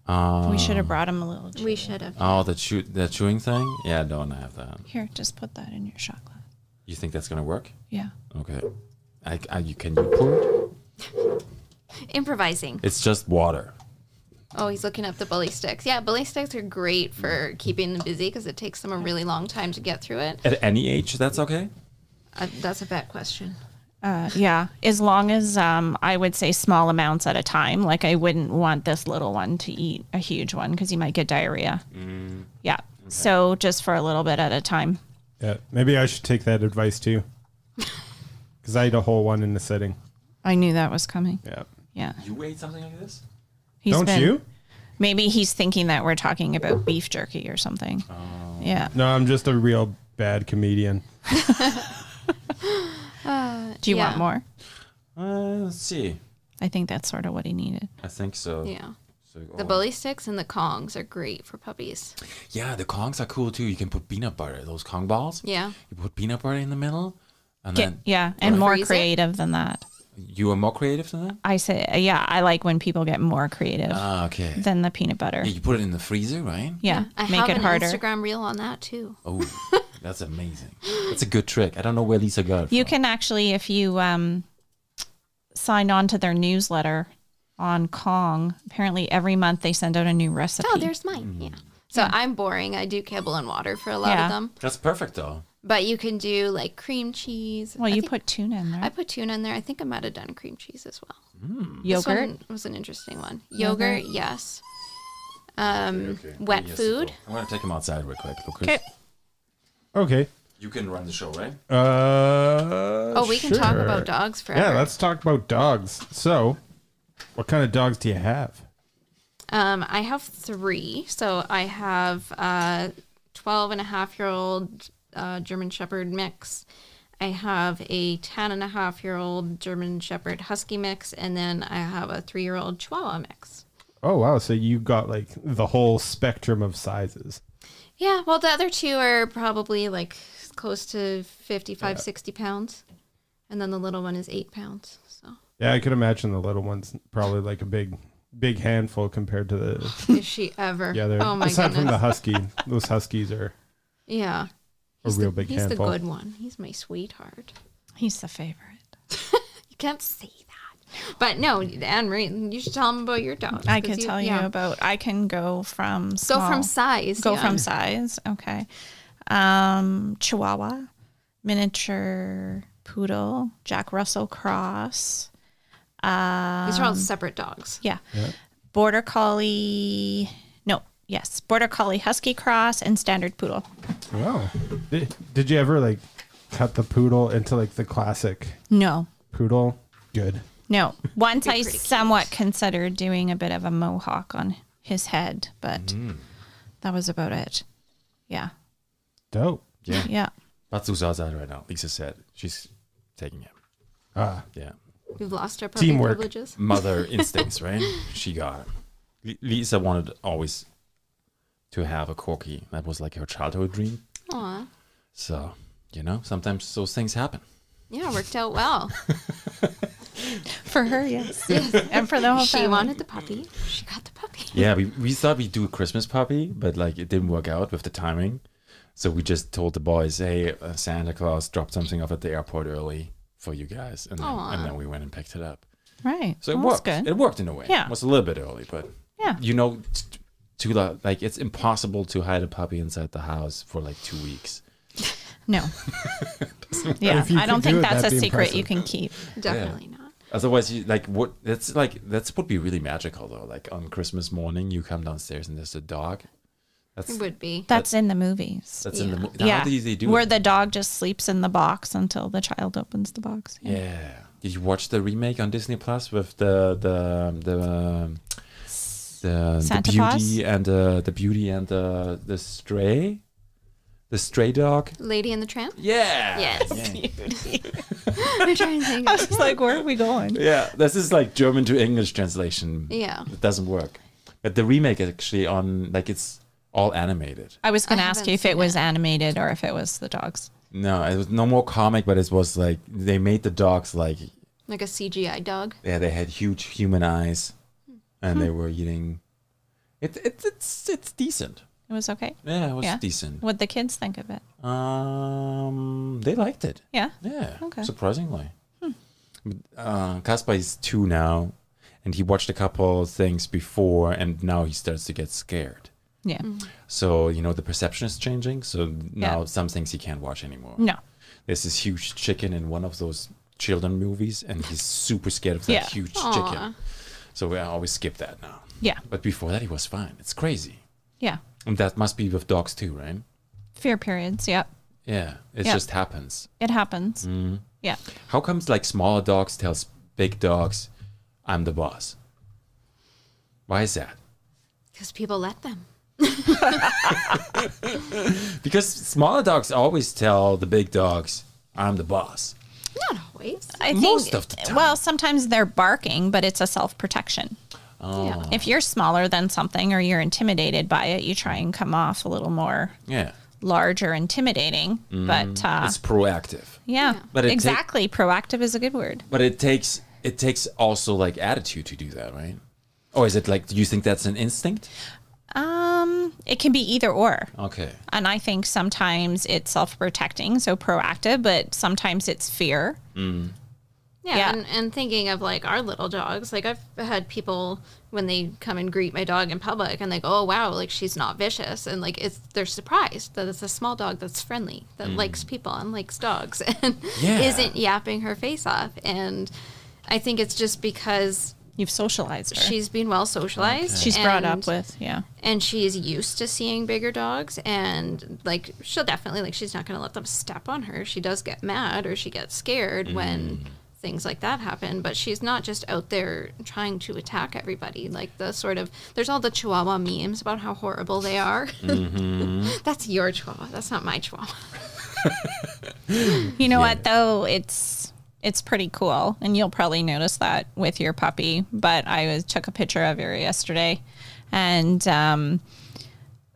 Ah.
we should have brought him a little
We should have.
Oh, the, chew- the chewing thing? Yeah, don't I have that.
here just put that in your shot glass
You think that's going to work?
yeah
Okay. I, I, you, can you pour it?
Improvising.
It's just water.
Oh, he's looking up the bully sticks. Yeah, bully sticks are great for keeping them busy because it takes them a really long time to get through it.
At any age, that's okay.
Uh, that's a bad question.
uh, yeah as long as um, i would say small amounts at a time like i wouldn't want this little one to eat a
Mm.
huge one because he might get diarrhea yeah so just for a little bit at a time
Yeah, maybe I should take that advice too. Because I had a whole one in the setting.
I knew that was coming.
Yeah.
Yeah.
You ate something like this?
He's
Don't
been-
you?
Maybe he's thinking that we're talking about beef jerky or something.
Oh.
Yeah.
No, I'm just a real bad comedian.
Do you want
Yeah.
more?
Uh, let's see.
I think that's sort of what he needed.
I think so.
Yeah.
So,
The
oh.
bully sticks and the kongs are great for puppies.
Yeah, the Kongs are cool too. You can put peanut butter, those Kong balls.
Yeah.
You put peanut butter in the middle, and
Get,
then
yeah, and more
Freeze it?
creative than that.
you are more creative than that.
I say, yeah, I like when people get more creative
Ah, okay.
than the peanut butter.
yeah, you put it in the freezer, right?
Yeah,
I
make
have
it
an
harder.
Instagram reel on that too.
Oh, that's amazing. That's a good trick. I don't know where Lisa got it.
You
from.
can actually, if you um, sign on to their newsletter on Kong, apparently every month they send out a new recipe.
Oh, there's mine. Yeah. So I'm boring. I do kibble and water for a lot
Yeah.
of them.
That's perfect though.
But you can do like cream cheese.
well,
I
you
think-
put tuna in there.
I put tuna in there. I think I might have done cream cheese as well. This
Yogurt.
one was an interesting one. Yogurt, yes. Um, wet food.
I'm gonna take him outside real quick. Lucas.
Okay.
Okay.
You can run the show, right?
Uh,
Oh, we can talk
sure.
about dogs forever.
Yeah, let's talk about dogs. So, what kind of dogs do you have?
Um, I have three. So I have a 12 and a half year old uh, German Shepherd mix. I have a 10 and a half year old German Shepherd Husky mix. And then I have a three year old Chihuahua mix.
Oh, wow. So, you got like the whole spectrum of sizes.
Yeah. Well, the other two are probably like close to 55, 60 pounds. And then the little one is eight pounds. So
Yeah, I could imagine the little ones probably like a big, big handful compared to the
is she ever?
Yeah, they're
oh my
aside
goodness.
from the husky, those huskies are
yeah.
a real
the,
big
He's
handful.
the good one. He's my sweetheart.
He's the favorite.
You can't say that. But no, Anne Marie, you should tell him about your dog.
I
'cause
could tell you
yeah.
about. I can go from
Go
small,
from size.
go
yeah.
from size. Okay, um, Chihuahua, miniature poodle, Jack Russell cross. Uh,
These are all separate dogs.
Yeah. Border Collie. No, yes. Border Collie Husky Cross and Standard Poodle.
Wow. Did, did you ever like cut the poodle into like the classic
No,
poodle? Good.
no. Once I
pretty cute.
somewhat considered doing a bit of a mohawk on his head, but
Mm.
that was about it. Yeah.
Dope.
Yeah.
Yeah.
Batsu's outside right now. Lisa said she's taking him.
Ah,
Yeah.
We've lost our puppy
Teamwork.
privileges.
Mother instincts, right? She got him. Li- Lisa wanted always to have a corgi. That was like her childhood dream.
Aw.
So you know, sometimes those things happen.
Yeah, worked out well.
For her, yes. and for the whole
she
family.
wanted the puppy. She got the puppy.
Yeah, we, we thought we'd do a Christmas puppy, but like it didn't work out with the timing. So we just told the boys, hey, uh, Santa Claus dropped something off at the airport early for you guys. And then,
Aw. Oh,
and then we went and picked it up.
Right.
So it
Well, that's
worked. It worked in a way.
Yeah.
It was a little bit early, but
Yeah.
you know, t- Tula, like it's impossible to hide a puppy inside the house for like two weeks.
No. yeah.
If you
I don't
could
think
do it,
that's a
that'd be
secret you
impressive.
can keep.
Definitely not.
Otherwise, you like what? That's like that's would be really magical though. Like on Christmas morning, you come downstairs and there's a dog. That's
It would be.
That's in the movies.
that's in the
yeah.
movie. How do they do
Where
it?
the dog just sleeps in the box until the child opens the box.
Yeah. Did you watch the remake on Disney Plus with the the the um, the, the
Santa
beauty
Claus?
and uh, the beauty and the the stray, the stray dog?
Lady and the Tramp?
Yeah.
Yes.
Yeah.
I'm trying to think.
I was like, where are we going?
Yeah, This is like German to English translation.
Yeah.
It doesn't work. But the remake is actually on like it's all animated.
I was going to
I
ask
haven't
you if it
seen
was animated or if it was the dogs.
No, it was no more comic, but it was like they made the dogs like
Like a CGI dog.
yeah, they had huge human eyes, and they were eating. It, it it's it's decent.
It was okay.
Yeah, it was
Yeah.
decent.
What the kids think of it?
Um, they liked it.
Yeah.
Yeah,
Okay. Hmm.
surprisingly. But, Uh, Kaspar is two now, and he watched a couple of things before, and now he starts to get scared.
Yeah.
Mm-hmm. So you know the perception is changing. So now
Yeah.
some things he can't watch anymore.
No.
There's this huge chicken in one of those children movies, and he's super scared of that
Yeah.
huge
Aw.
chicken. So we always skip that now.
Yeah.
But before that, he was fine. It's crazy,
Yeah.
and that must be with dogs too, right?
Fear periods. Yep.
Yeah, it
Yeah.
just happens.
It happens.
Mm-hmm.
Yeah.
How comes like smaller dogs tells big dogs, "I'm the boss"? Why is that?
Because people let them.
Because smaller dogs always tell the big dogs, "I'm the boss."
Not always.
I think,
Most of the time.
Well, sometimes they're barking, but it's a self protection.
Yeah.
If you're smaller than something or you're intimidated by it, you try and come off a little more
Yeah,
large or intimidating. But
Mm-hmm.
uh,
it's proactive,
yeah,
But it take-
exactly. Proactive is a good word.
but it takes it takes also like attitude to do that, right? Or is it like? Do you think that's an instinct?
Um, it can be either or.
Okay.
And I think sometimes it's self protecting, so proactive, but sometimes it's fear.
Mm.
Yeah,
Yeah.
And, and thinking of like our little dogs, like I've had people when they come and greet my dog in public and they go, oh wow, like she's not vicious, and like it's they're surprised that it's a small dog that's friendly, that likes people and likes dogs, and
Yeah.
isn't yapping her face off. And I think it's just because
You've socialized her.
she's been well socialized.
She's brought up
and-
with, yeah.
and she's used to seeing bigger dogs and like she'll definitely like she's not going to let them step on her she does get mad or she gets scared when things like that happen but she's not just out there trying to attack everybody like the sort of there's all the chihuahua memes about how horrible they are that's your chihuahua that's not my chihuahua
You know what though? It's it's pretty cool, and you'll probably notice that with your puppy. But I was took a picture of her yesterday, and um,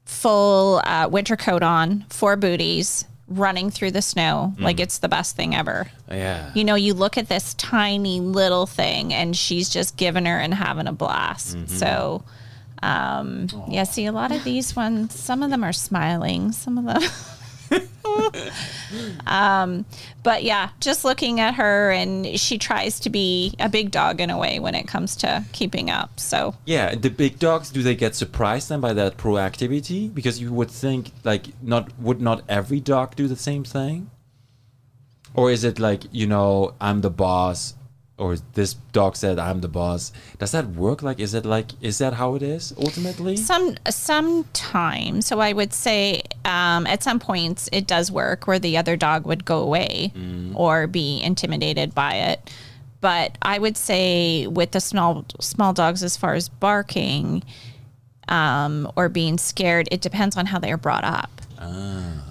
full uh, winter coat on, four booties, running through the snow like it's the best thing ever.
Yeah.
You know, you look at this tiny little thing, and she's just giving her and having a blast. So. Um, yeah, see, a lot of these ones, some of them are smiling, some of them Um, but yeah, just looking at her, and she tries to be a big dog in a way when it comes to keeping up. So
Yeah, the big dogs do they get surprised then by that proactivity? Because you would think like not would not every dog do the same thing? Or is it like, you know, I'm the boss or this dog said I'm the boss. Does that work? Like is it like is that how it is ultimately?
some sometime, so I would say um, at some points it does work where the other dog would go away or be intimidated by it. But I would say with the small small dogs, as far as barking um, or being scared, it depends on how they are brought up.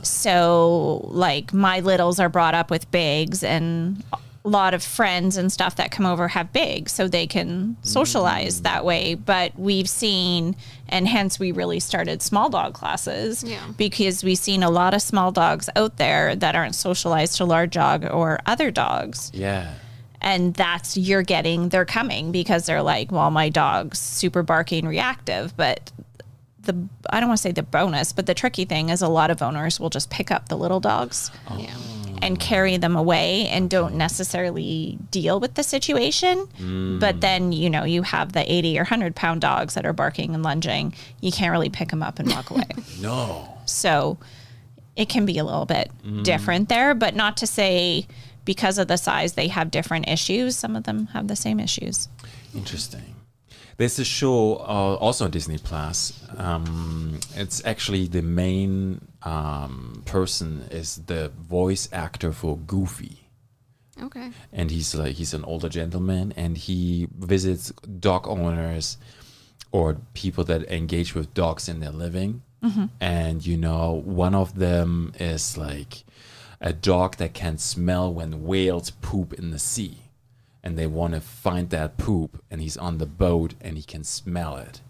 so like my littles are brought up with bigs and a lot of friends and stuff that come over have bigs so they can socialize that way but we've seen and hence we really started small dog classes
Yeah.
because we've seen a lot of small dogs out there that aren't socialized to large dog or other dogs
Yeah.
and that's you're getting they're coming because they're like well my dog's super barking reactive but the i don't want to say the bonus but the tricky thing is a lot of owners will just pick up the little dogs
yeah
and carry them away and don't necessarily deal with the situation but then you know you have the 80 or 100 pound dogs that are barking and lunging you can't really pick them up and walk away
No.
so it can be a little bit
Mm-hmm.
different there, but not to say because of the size they have different issues. Some of them have the same issues.
Interesting. There's a show uh, also on Disney Plus. Um, it's actually the main um, person is the voice actor for Goofy.
okay
and he's like he's an older gentleman and he visits dog owners or people that engage with dogs in their living and you know one of them is like a dog that can smell when whales poop in the sea and they want to find that poop and he's on the boat and he can smell it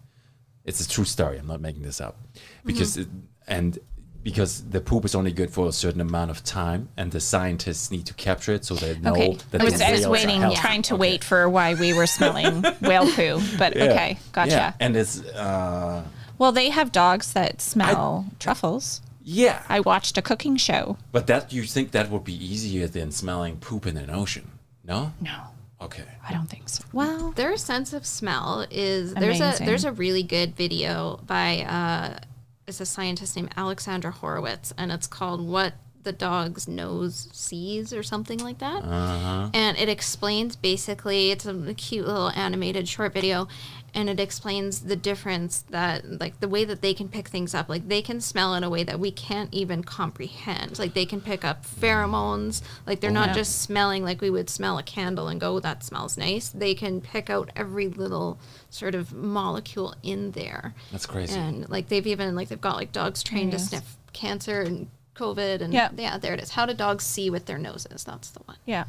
it's a true story i'm not making this up
Mm-hmm.
because it, and because the poop is only good for a certain amount of time and the scientists need to capture it so they know
Okay.
that
I was,
the
I was
whales are
waiting,
healthy.
trying to
Okay.
wait for why we were smelling whale poo, but
Yeah.
okay, gotcha.
yeah. and it's uh
Well, they have dogs that smell truffles.
yeah
I watched a cooking show.
but that you think that would be easier than smelling poop in an ocean no
No,
okay
I don't think so. Well,
their sense of smell is there's a
Amazing.
there's a really good video by uh, it's a scientist named Alexandra Horowitz, and it's called "What the dog's nose sees or something like that.
Uh-huh.
And it explains basically, it's a cute little animated short video, and it explains the difference that, like, the way that they can pick things up. Like, they can smell in a way that we can't even comprehend. Like, they can pick up pheromones. Like, they're not
Yeah.
just smelling like we would smell a candle and go, "Oh, that smells nice. They can pick out every little sort of molecule in there
That's crazy.
and like they've even like they've got like dogs trained to
Yes.
sniff cancer and covid and
Yeah.
yeah there it is how do dogs see with their noses that's the one
Yeah.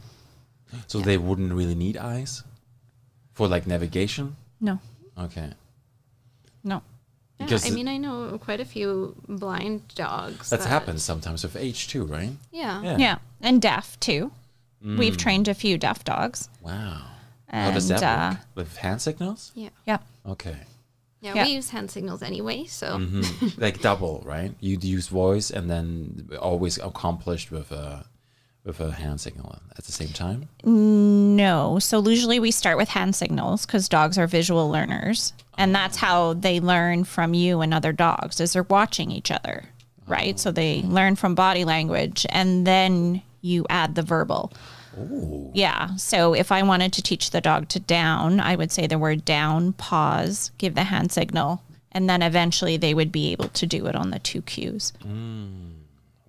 So they wouldn't really need eyes for like navigation.
No.
Okay.
No.
yeah,
Because
i
it-
mean i know quite a few blind dogs
That's
that-
happens sometimes with age too, right?
yeah,
Yeah.
Yeah. And deaf too. We've trained a few deaf dogs.
Wow.
And,
How does that
uh,
work? With hand signals?
yeah
Yeah.
Okay.
yeah
Yeah.
we use hand signals anyway so
Mm-hmm. like double, right? You'd use voice and then always accomplished with a with a hand signal at the same time.
No. So usually we start with hand signals because dogs are visual learners. And that's how they learn from you and other dogs is they're watching each other. Right. So they learn from body language and then you add the verbal. Yeah. So if I wanted to teach the dog to down, I would say the word down, pause, give the hand signal, and then eventually they would be able to do it on the two cues.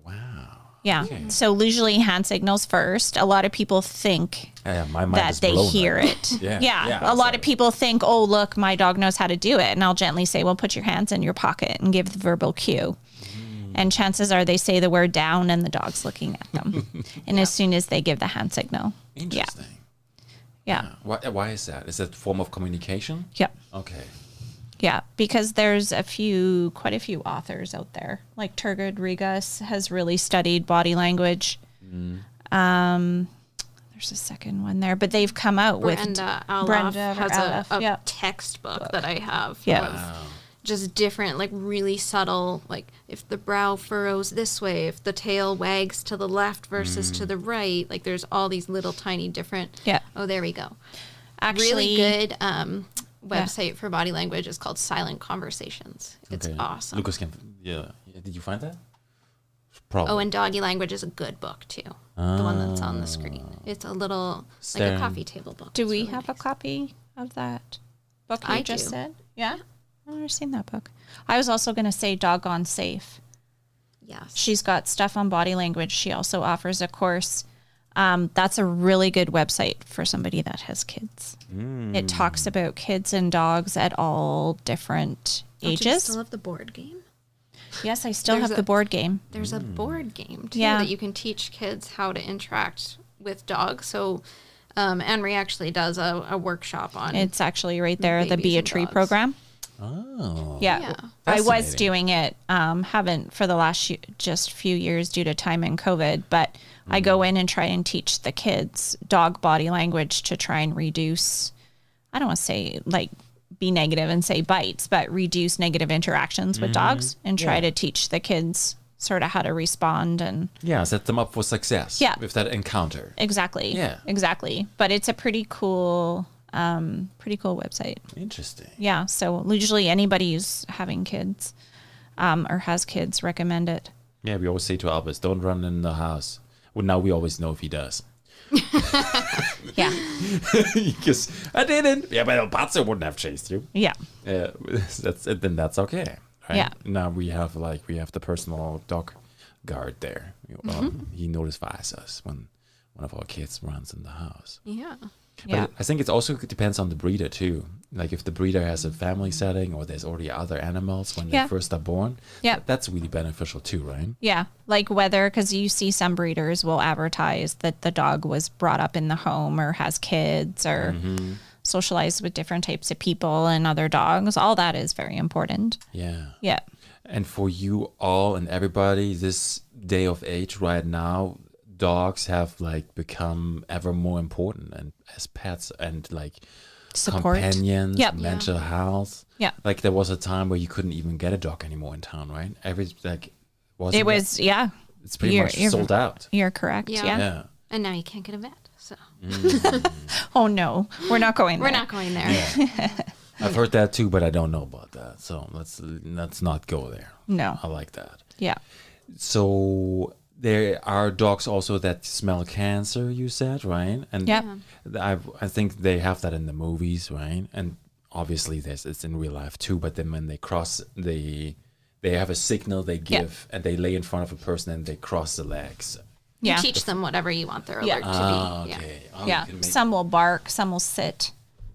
Wow.
Yeah. So usually hand signals first. A lot of people think
Yeah, my mind
that
is
they
blown
hear
right
it.
Yeah,
yeah.
yeah,
A lot
sorry.
of people think, oh, look, my dog knows how to do it. And I'll gently say, well, put your hands in your pocket and give the verbal cue.
Mm.
And chances are they say the word down and the dog's looking at them. and as soon as they give the hand signal.
now. Interesting.
Yeah.
Why, why is that? Is that form of communication?
Yeah. yeah.
Okay.
Yeah, because there's a few, quite a few authors out there. Like Turgid Rigas has really studied body language.
Mm.
Um, there's a second one there, but they've come out with.
brenda Aloff
Brenda
uh, has
Aloff,
a, a
yeah.
textbook that i have
Yeah.
of just different like really subtle like if the brow furrows this way if the tail wags to the left versus
Mm.
to the right like there's all these little tiny different
Yeah.
oh there we go
Actually,
really good um, website for body language is called Silent Conversations. It's
okay.
awesome.
Lucas can. Yeah. Did you find that? Probably.
oh, and Doggy Language is a good book too. The one that's on the screen. It's a little like
Staring.
a coffee table book.
do
It's
we
really
have a
nice.
copy of that book you
I
just
do.
said? Yeah. I've never seen that book. I was also going to say Doggone Safe.
Yes.
She's got stuff on body language. She also offers a course. Um, that's a really good website for somebody that has kids.
Mm.
It talks about kids and dogs at all different
Don't you
ages.
Oh, still have the board game? Hmm.
yes, I still
There's
have
a-
the board game.
There's a board game too
Yeah.
that you can teach kids how to interact with dogs. So um, Anne-Marie actually does a, a workshop on
It's actually right there, the
Babies
Be a
and
Tree
dogs.
program.
Oh.
Yeah.
Yeah.
I was
Fascinating.
doing it, um, haven't for the last y- just few years due to time and COVID, but I
Mm.
go in and try and teach the kids dog body language to try and reduce, I don't want to say like be negative and say bites, but reduce negative interactions with
Mm-hmm.
dogs and try
Yeah.
to teach the kids sort of how to respond and
Yeah. Set them up for success.
Yeah.
With that encounter.
exactly.
Yeah.
Exactly. But it's a pretty cool, um, pretty cool website.
Interesting.
Yeah. So usually anybody who's having kids um, or has kids recommend it.
Yeah. We always say to Albus, "Don't run in the house." Well, now we always know if he does.
Yeah.
Because I didn't. Yeah, but Pazzo wouldn't have chased you.
Yeah.
Yeah, Uh, that's then that's okay. Right?
Yeah.
Now we have like we have the personal dog guard there. Well,
Mm-hmm.
He notifies us when one of our kids runs in the house.
Yeah.
Yeah.
But I think it also depends on the breeder too. Like if the breeder has a family setting or there's already other animals when
Mm-hmm. Yeah.
they first are born.
Yeah.
th- That's really beneficial too, right?
Yeah. Like whether, because you see some breeders will advertise that the dog was brought up in the home or has kids or
Mm-hmm.
socialized with different types of people and other dogs. All that is very important.
Yeah.
Yeah.
And for you all and everybody, this day of age right now, dogs have like become ever more important and as pets and like
Support.
companions,
Yep.
mental health.
Yeah.
Like there was a time where you couldn't even get a dog anymore in town, right? Every like was
It was, yeah.
it's pretty
you're-
much
you're-
sold out.
You're correct. Yeah.
Yeah.
Yeah.
And now you can't get a vet. So
Oh, no. We're not going there.
we're not going there.
I've heard that too, but I don't know about that. So let's let's not go there.
No.
I like that.
Yeah.
So there are dogs also that smell cancer. You said right, and
Yep.
I I think they have that in the movies, right? And obviously, there's it's in real life too. But then when they cross, they they have a signal they
Yeah.
give, and they lay in front of a person, and they cross the legs.
You
Yeah.
teach them whatever you want their
Yeah.
alert
Ah,
to be.
okay. Oh, you
yeah.
can make-
Some will bark, some will sit.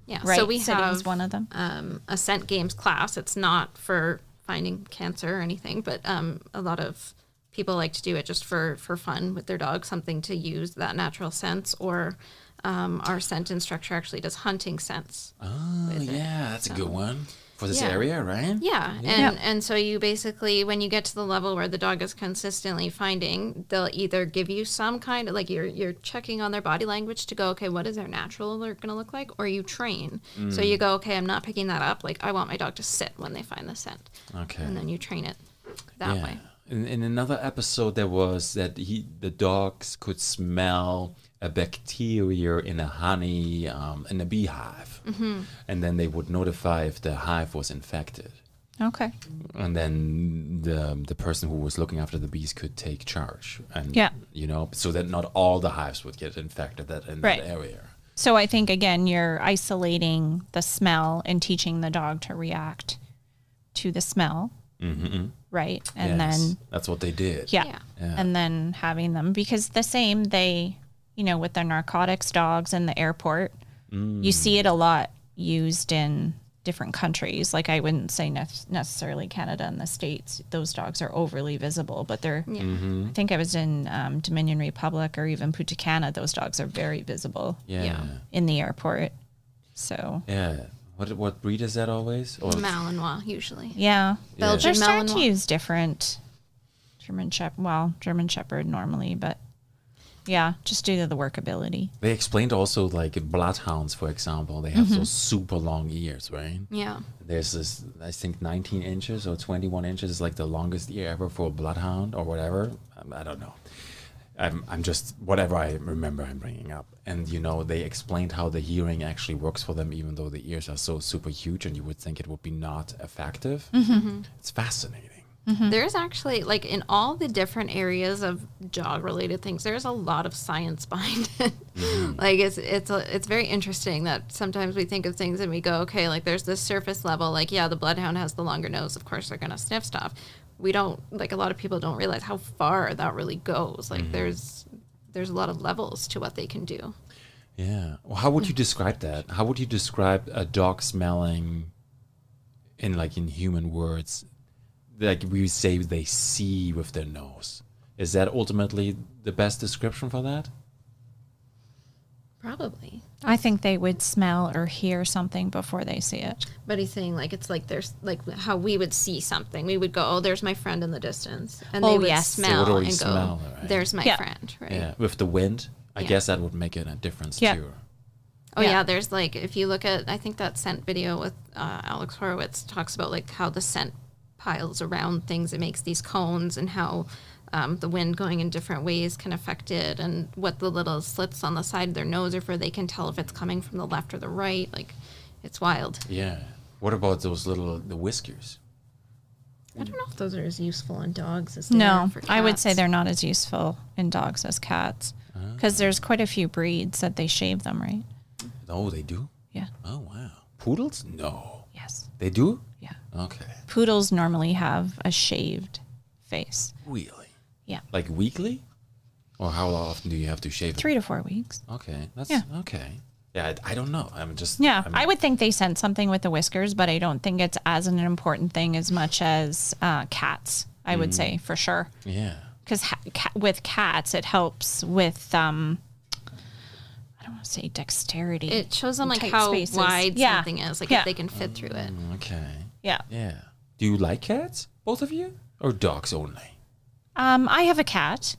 Yeah. yeah.
Right.
So we
Sitting
have
is one of them.
um, a scent games class. It's not for finding cancer or anything, but um, a lot of people like to do it just for for fun with their dog, something to use that natural sense. Or um, our scent instructor actually does hunting scents.
Ah, yeah, that's a good one for this
Yeah.
area, right?
Yeah, and and so you basically when you get to the level where the dog is consistently finding, they'll either give you some kind of like you're you're checking on their body language to go, okay, what is their natural alert going to look like, or you train. So you go, okay, I'm not picking that up. Like I want my dog to sit when they find the scent,
Okay.
and then you train it that
yeah.
way.
In, in another episode, there was that he the dogs could smell a bacteria in a honey um, in a beehive,
Mm-hmm.
and then they would notify if the hive was infected,
Okay.
and then the the person who was looking after the bees could take charge, and
Yeah.
you know, so that not all the hives would get infected that in
Right.
that area.
So I think again, you're isolating the smell and teaching the dog to react to the smell, mm-hmm. right?
Yes,
And then
that's what they did.
yeah.
Yeah.
and then having them because the same they, you know, with their narcotics dogs in the airport, you see it a lot used in different countries. Like I wouldn't say ne- necessarily Canada and the states; those dogs are overly visible, but they're. I think I was in um, Dominion Republic or even Putacana; those dogs are very visible
yeah.
Yeah.
in the airport. So
Yeah. What what breed is that always? Or
Malinois usually.
yeah,
Belgian
they're starting to
Malinois.
use different German Shepherd. Well, German Shepherd normally, but yeah, just due to the workability.
they explained also like bloodhounds, for example, they have those super long ears, right?
Yeah,
There's this, I think, 19 inches or 21 inches is like the longest ear ever for a bloodhound or whatever. Um, I don't know. I'm, I'm just whatever I remember I'm bringing up. And you know, they explained how the hearing actually works for them, even though the ears are so super huge, and you would think it would be not effective. It's fascinating.
There's actually like in all the different areas of dog related things, there's a lot of science behind it. like it's it's a, it's very interesting that sometimes we think of things and we go, okay, like there's this surface level, like yeah, the bloodhound has the longer nose, of course they're gonna sniff stuff. We don't like a lot of people don't realize how far that really goes. Like there's there's a lot of levels to what they can do.
Yeah. Well, how
Hmm.
would you describe that? How would you describe a dog smelling in like in human words? Like we say they see with their nose. Is that ultimately the best description for that?
Probably.
I think they would smell or hear something before they see it.
But he's saying like it's like there's like how we would see something. We would go, oh, there's my friend in the distance, and
Oh,
they would
yes. They would
smell
already
and go,
smell it, right?
there's my
Yeah.
friend, right?
Yeah. With the wind, I
Yeah.
guess that would make it a difference
Yeah.
too.
Oh
Yeah.
yeah. there's like if you look at I think that scent video with uh, Alex Horowitz talks about like how the scent piles around things. It makes these cones and how um, the wind going in different ways can affect it and what the little slits on the side of their nose are for. They can tell if it's coming from the left or the right. Like it's wild.
Yeah. What about those little the whiskers?
I don't know if those are as useful on dogs as
No, I would say they're not as useful in dogs as cats
Oh.
because there's quite a few breeds that they shave them, right?
Oh, they do.
Yeah.
Oh wow. Poodles? No.
Yes.
They do?
Yeah.
Okay.
Poodles normally have a shaved face.
Really?
Yeah.
Like weekly? Or how often do you have to shave? it?
Three to four weeks.
Okay, that's
Yeah.
okay. Yeah, I, I don't know. I'm just
Yeah,
I'm,
i would think they sent something with the whiskers, but I don't think it's as an important thing as much as uh, cats. I would say for sure,
Yeah,
because ha- ca- with cats it helps with um, I don't want to say dexterity.
It shows them like
Tight
how
spaces.
wide
Yeah.
something is, like
Yeah.
if they can fit through it.
okay,
yeah.
yeah. Do you like cats, both of you, or dogs only?
Um, I have a cat.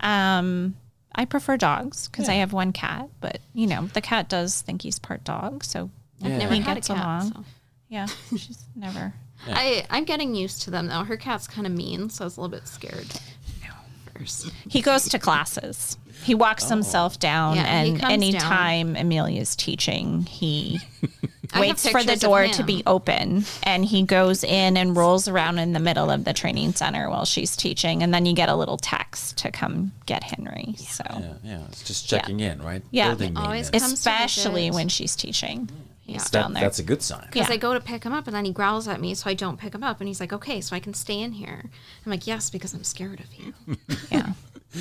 Um, I prefer dogs because I have one cat, but you know the cat does think he's part dog, so
Yeah.
Never
he
had a
gets along.
cat. So.
Yeah, she's never.
I, I'm getting used to them though. Her cat's kind of mean, so I was a little bit scared. First.
He goes to classes. He walks himself down,
Oh. Yeah, he
and
comes
anytime Amelia's teaching, he
I have
waits for the
pictures of
door to
him.
be open, and he goes in and rolls around in the middle of the training center while she's teaching, and then you get a little text to come get Henry. So.
Yeah, yeah. It's just checking in, right?
Yeah.
Building
Always
maintenance.
comes to
especially
visit.
when she's teaching. He's
That-
That,
down there.
that's a good sign.
Because
Yeah.
I go to pick him up and then he growls at me, so I don't pick him up. And he's like, okay, so I can stay in here. I'm like, yes, because I'm scared of you.
yeah.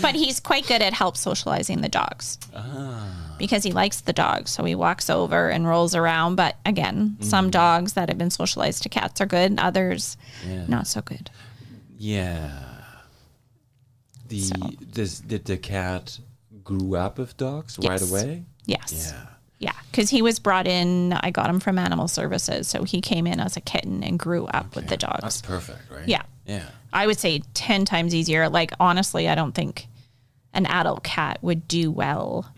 But he's quite good at help socializing the dogs
Ah.
because he likes the dogs. So he walks over and rolls around. But again,
Mm.
some dogs that have been socialized to cats are good, others
Yeah.
not so good.
Yeah. The
So-
this did the cat grew up with dogs right
Yes.
away?
Yes.
Yeah.
Yeah. Because he was brought in, I got him from animal services. So he came in as a kitten and grew up with the dogs.
That's perfect, right?
Yeah.
Yeah.
I would say 10 times easier. Like, honestly, I don't think an adult cat would do well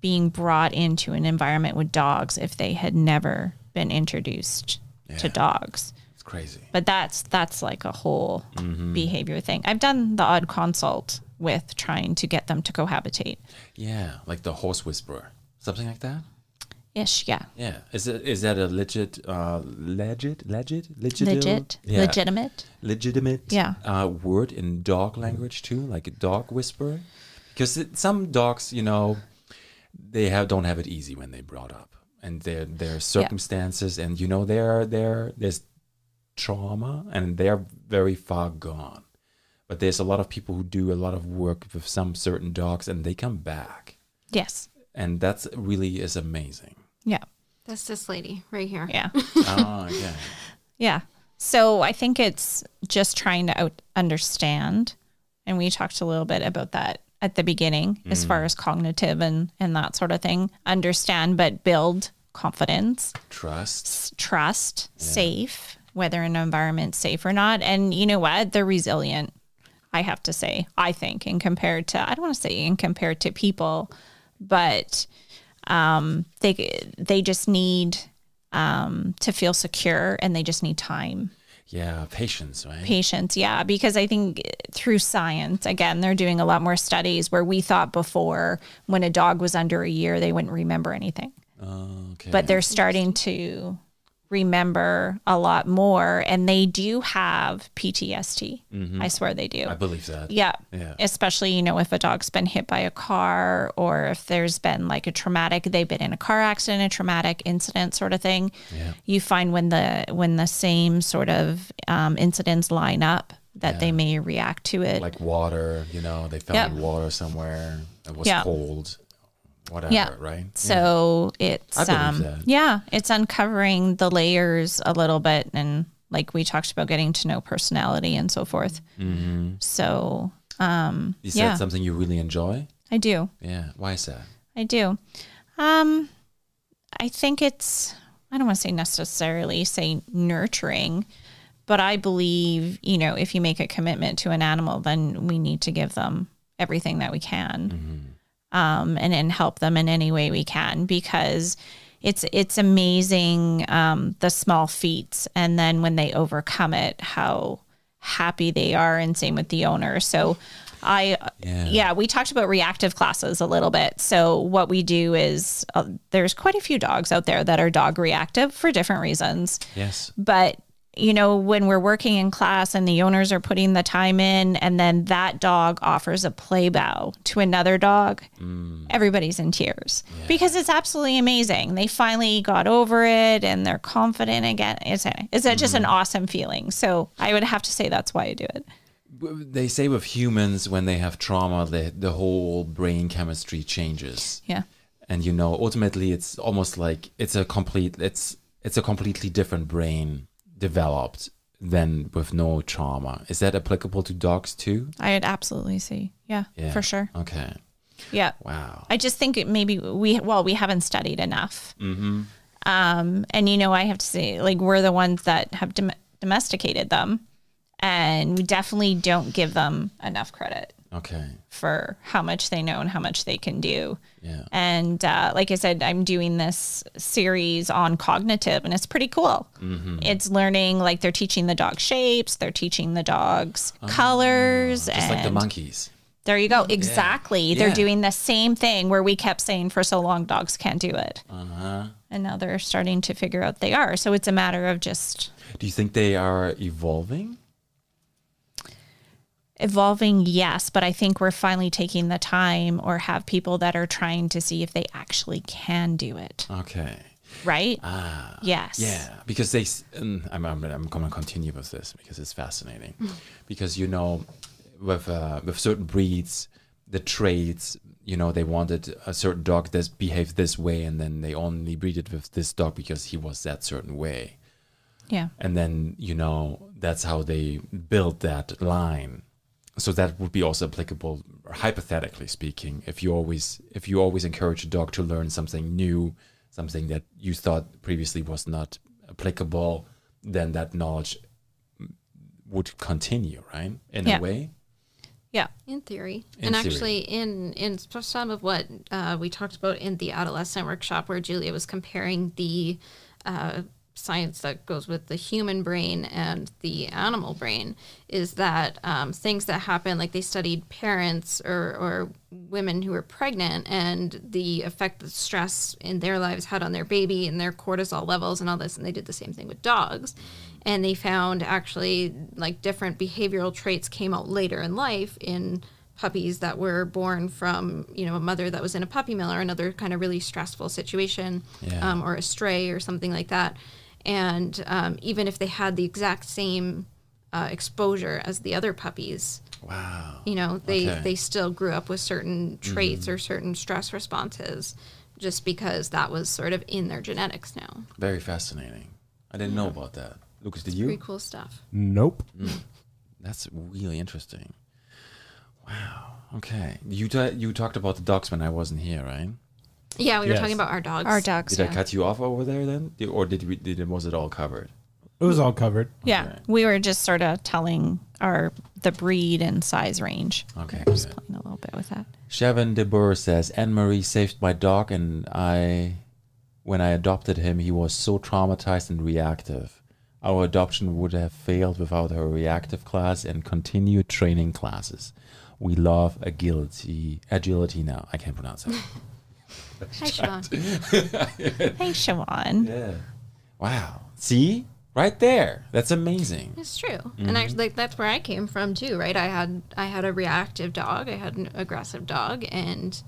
being brought into an environment with dogs if they had never been introduced to
Yeah.
dogs.
It's crazy.
But that's that's like a whole
Mm-hmm.
behavior thing. I've done the odd consult with trying to get them to cohabitate.
Yeah. Like the horse whisperer. Something like that?
Ish, yeah.
Yeah. Is it is that a legit uh legit legit legit
Legit,
yeah.
legitimate.
legitimate
Yeah.
uh, word in dog language too, like a dog whisperer? Because some dogs, you know, they have don't have it easy when they brought up, and their their circumstances, and you know, their their there's trauma, and they're very far gone. But there's a lot of people who do a lot of work with some certain dogs, and they come back,
Yes.
and that's really is amazing.
Yeah.
That's this lady right here.
Yeah.
oh yeah,
Yeah. So I think it's just trying to out- understand. And we talked a little bit about that at the beginning as far as cognitive and, and that sort of thing. Understand, but build confidence,
trust.
s- trust, safe, whether an environment's safe or not. And you know what? They're resilient, I have to say, I think, in compared to, I don't want to say in compared to people, but um, they, they just need um, to feel secure and they just need time
Yeah, patience, right?
patients yeah because i think through science again they're doing a lot more studies where we thought before when a dog was under a year they wouldn't remember anything
okay.
but they're starting to remember a lot more and they do have ptsd i swear they do
I believe that.
yeah.
Yeah.
Especially, you know, if a dog's been hit by a car or if there's been like a traumatic, they've been in a car accident, a traumatic incident sort of thing.
Yeah.
You find when the when the same sort of um, incidents line up that they may react to it.
like water, you know, they fell in
Yeah.
water somewhere. It was
Yeah.
cold, whatever,
Yeah.
right?
so it's
I believe
um
that.
yeah, it's uncovering the layers a little bit and like we talked about getting to know personality and so forth.
Mm-hmm.
So
you said
yeah.
something you really enjoy.
I do.
Yeah. Why is that?
I do. Um, I think it's, I don't want to say necessarily say nurturing, but I believe, you know, if you make a commitment to an animal, then we need to give them everything that we can um, and, and help them in any way we can because it's it's amazing um, the small feats and then when they overcome it how happy they are and same with the owner so i uh,
Yeah.
yeah, we talked about reactive classes a little bit so what we do is uh, there's quite a few dogs out there that are dog reactive for different reasons
Yes.
but you know when we're working in class and the owners are putting the time in and then that dog offers a play bow to another dog everybody's in tears because it's absolutely amazing they finally got over it and they're confident again it's, it's a- just an awesome feeling so i would have to say that's why i do it
W- They say with humans when they have trauma, the the whole brain chemistry changes,
yeah
and you know, ultimately, it's almost like it's a complete it's it's a completely different brain developed than with no trauma. Is that applicable to dogs too?
i would absolutely see yeah,
Yeah.
for sure
Okay.
yeah
Wow.
I just think it maybe we well we haven't studied enough. Mm-hmm. Um, and you know, I have to say, like we're the ones that have dom- domesticated them, and we definitely don't give them enough credit
Okay.
for how much they know and how much they can do.
Yeah.
And uh, like I said, I'm doing this series on cognitive, and it's pretty cool. It's learning like they're teaching the dog shapes, they're teaching the dogs colors,
Just
and
like the monkeys.
There you go. Exactly. They're
Mm, Yeah.
doing the same thing where we kept saying for so long dogs can't do it. Uh-huh. And now they're starting to figure out they are. So it's a matter of just
Do you think they are evolving?
evolving, yes, but I think we're finally taking the time or have people that are trying to see if they actually can do it.
Okay.
Right? yes.
Ah. Yeah, because they. s- And I'm, I'm, I'm going to continue with this because it's fascinating. because you know, with uh, with certain breeds, the traits. You know, they wanted a certain dog that behaved this way, and then they only breed it with this dog because he was that certain way.
Yeah.
and then you know that's how they build that line so that would be also applicable hypothetically speaking if you always if you always encourage a dog to learn something new something that you thought previously was not applicable then that knowledge would continue right in
Yeah.
a way
Yeah.
In theory,
In
and
theory.
actually, in in some of what uh, we talked about in the adolescent workshop, where Julia was comparing the uh, science that goes with the human brain and the animal brain, is that um, things that happen, like they studied parents or or women who were pregnant, and the effect that stress in their lives had on their baby and their cortisol levels and all this, and they did the same thing with dogs and they found actually like different behavioral traits came out later in life in puppies that were born from you know a mother that was in a puppy mill or another kind of really stressful situation
Yeah.
um, or a stray or something like that and um, even if they had the exact same uh, exposure as the other puppies
wow
you know they
Okay.
they still grew up with certain traits or certain stress responses just because that was sort of in their genetics now
very fascinating i didn't know about that lucas did you
pretty cool stuff
Nope.
That's really interesting. Wow. Okay. You ta you talked about the dogs when I wasn't here, right?
yeah we were
Yes.
talking about our dogs
Our dogs.
Did I
yeah.
cut you off over there then, Di- or did we? Did was it all covered?
It was all covered.
Yeah,
Okay.
we were just sort of telling our the breed and size range.
Okay,
just
good.
playing a little bit with that.
Chevin de Boer says Anne Marie saved my dog, and I, when I adopted him, he was so traumatized and reactive. Our adoption would have failed without her reactive class and continued training classes. We love agility. Agility now. I can't pronounce it.
Hi, Siobhan.
Hey, Siobhan.
Yeah. Wow. See? Right there. That's amazing.
It's true, and actually, like, that's where I came from too, right? I had I had a reactive dog, I had an aggressive dog, and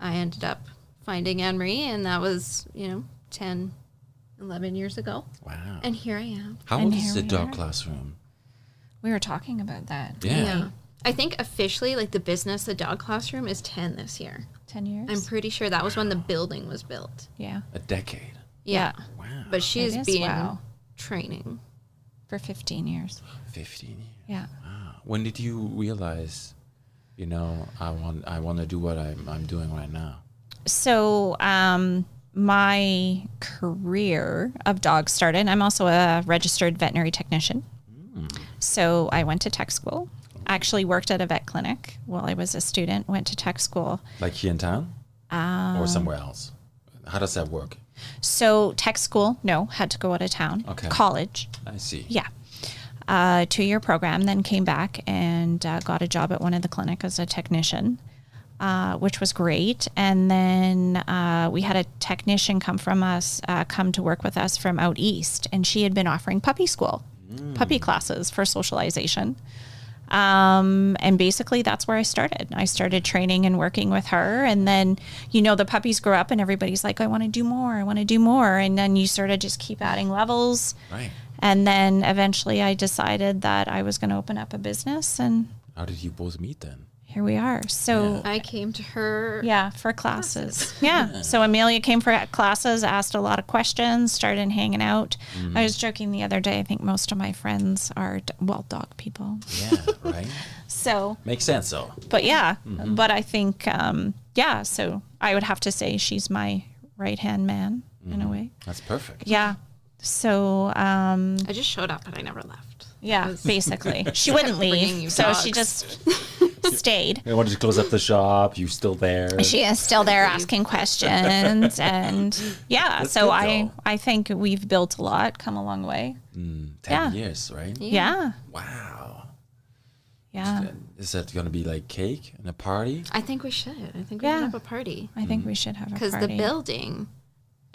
I ended up finding Anne Marie, and that was you know 10, 11 years ago,
Wow.
and here I am.
How
And
old is the
here we
dog
are.
classroom?
We were talking about that.
Yeah.
I think officially, like the business, the dog classroom is ten this year.
Ten years.
I'm pretty sure that was when the building was built.
yeah.
A decade.
Yeah,
Wow.
but she's
is,
been
wow.
training.
For 15 years.
15 years.
Yeah.
Wow. When did you realize, you know, I want I want to do what I'm, I'm doing right now?
So, um, my career of dogs started. I'm also a registered veterinary technician. So, I went to tech school. Actually, worked at a vet clinic while I was a student. Went to tech school.
Like here in town?
Um,
or somewhere else? How does that work?
So, tech school, no, had to go out of town.
Okay.
College,
I see.
Yeah. Uh, two year program, then came back and uh, got a job at one of the clinic as a technician, uh, which was great. And then uh, we had a technician come from us, uh, come to work with us from out east, and she had been offering puppy school, puppy classes for socialization. Um, and basically, that's where I started. I started training and working with her. And then, you know, the puppies grow up, and everybody's like, I want to do more. I want to do more. And then you sort of just keep adding levels.
Right.
And then eventually I decided that I was going to open up a business, and
How did you both meet then?
here we are. So, yeah,
I came to her.
for classes. Yeah. So Amelia came for classes, asked a lot of questions, started hanging out. I was joking the other day, I think most of my friends are, d- well, dog people.
Yeah, right?
So,
Makes sense though.
but yeah, but I think, um, yeah, so I would have to say she's my right hand man in a way.
That's perfect.
Yeah. So, um,
I just showed up and I never left.
Yeah, basically. She wouldn't
bringing you
leave. So she
dogs.
just stayed.
I wanted to close up the shop. You still there?
She is still there asking questions and yeah,
That's
so
good,
I
though.
I think we've built a lot, come a long way.
Ten
yeah. Uh.
years, right?
Yeah.
Wow.
Yeah.
That- Is that gonna be like cake and a party?
I think we should. I think we
Yeah.
should have a party.
I
Mm-hmm.
think we should have a
Because the
party.
building,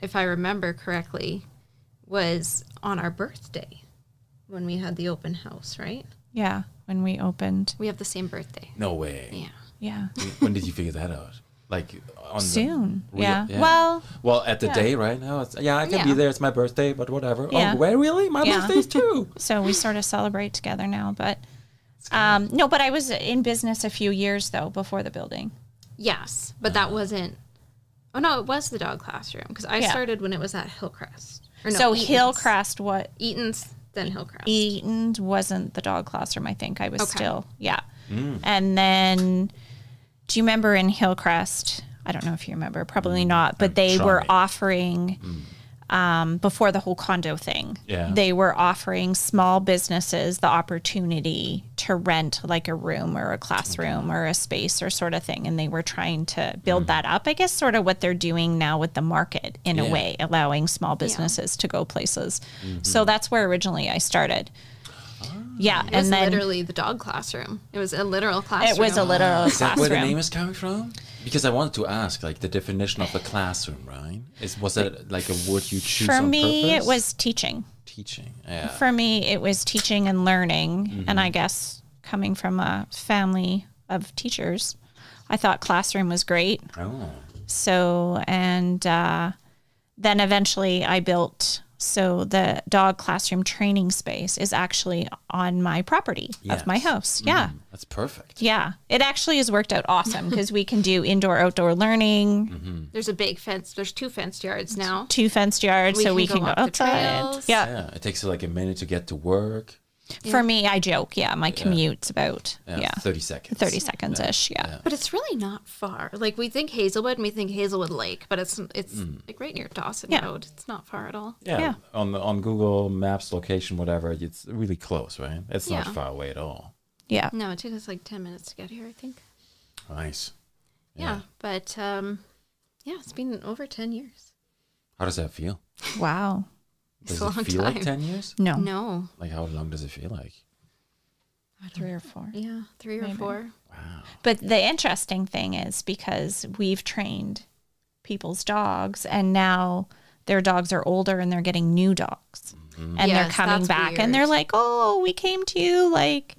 if I remember correctly, was on our birthday when we had the open house, right?
Yeah, when we opened.
We have the same birthday.
No way.
Yeah.
Yeah.
when did you figure that out? Like on the-
Soon.
Real-
yeah. Well,
Well, at the
yeah.
day, right? now, it's, yeah, I can be
Yeah.
there. It's my birthday, but whatever.
Yeah.
Oh, where really? My
Yeah.
birthday's too.
so we sort of celebrate together now, but um, no, but I was in business a few years though before the building.
Yes, but that wasn't. Oh no, it was the dog classroom because I
Yeah.
started when it was at Hillcrest. Or no,
so
Eaton's.
Hillcrest, what
Eaton's, then Hillcrest.
Eaton wasn't the dog classroom. I think I was
Okay.
still yeah.
Mm.
And then, do you remember in Hillcrest? I don't know if you remember, probably not. But they were
Mm, trying. Mm.
offering um, before the whole condo thing.
Yeah.
they were offering small businesses the opportunity to rent like a room or a classroom or a space or sort of thing, and they were trying to build
Hmm.
that up. I guess sort of what they're doing now with the market in
Yeah. Mm-hmm.
a way, allowing small businesses to go places. So that's where originally I started.
Ah.
Yeah,
it was
and then
literally the dog classroom. It was a literal classroom.
it was a literal
Is that where the name
classroom.
is coming from? Because I wanted to ask, like, the definition of a classroom, right? Is was it like a word you choose
For
on
me, it
purpose?
was teaching.
teaching. Yeah.
For me, it was teaching and learning.
Mm-hmm.
And I guess coming from a family of teachers, I thought classroom was great.
oh.
So, and uh, then eventually I built. So the dog classroom training space is actually on my property of my
Yes. Mm-hmm.
house. Yeah.
That's perfect.
Yeah, it actually has worked out awesome because we can do indoor outdoor learning,
Mm-hmm.
There's a big fence. There's two fenced yards now.
two fenced yards,
We
so
can
we
go
can go
walk the
outside.
trails.
Yeah.
Yeah. It takes like a minute to get to work.
for me, I joke. Yeah, my commute's about
Yeah.
yeah,
Thirty seconds.
thirty seconds ish. Yeah.
But it's really not far. Like we think Hazelwood and we think Hazelwood Lake, but it's it's like right near Dawson
Yeah.
Road. It's not far at all.
Yeah.
Yeah.
On the, on Google Maps location, whatever, it's really close, right? It's
Yeah.
not far away at all.
yeah,
No, it took us like ten minutes to get here, I think.
Nice.
Yeah. But um yeah, it's been over ten years.
How does that feel?
Wow.
It's
Does
a
it
long
feel
time.
like ten years?
No.
No.
Like how long does it feel like?
three or four.
Yeah. Three or four.
Wow.
But the interesting thing is because we've trained people's dogs, and now their dogs are older and they're getting new dogs, and they're
Yes, that's
coming back and they're
weird.
like, "Oh, we came to you like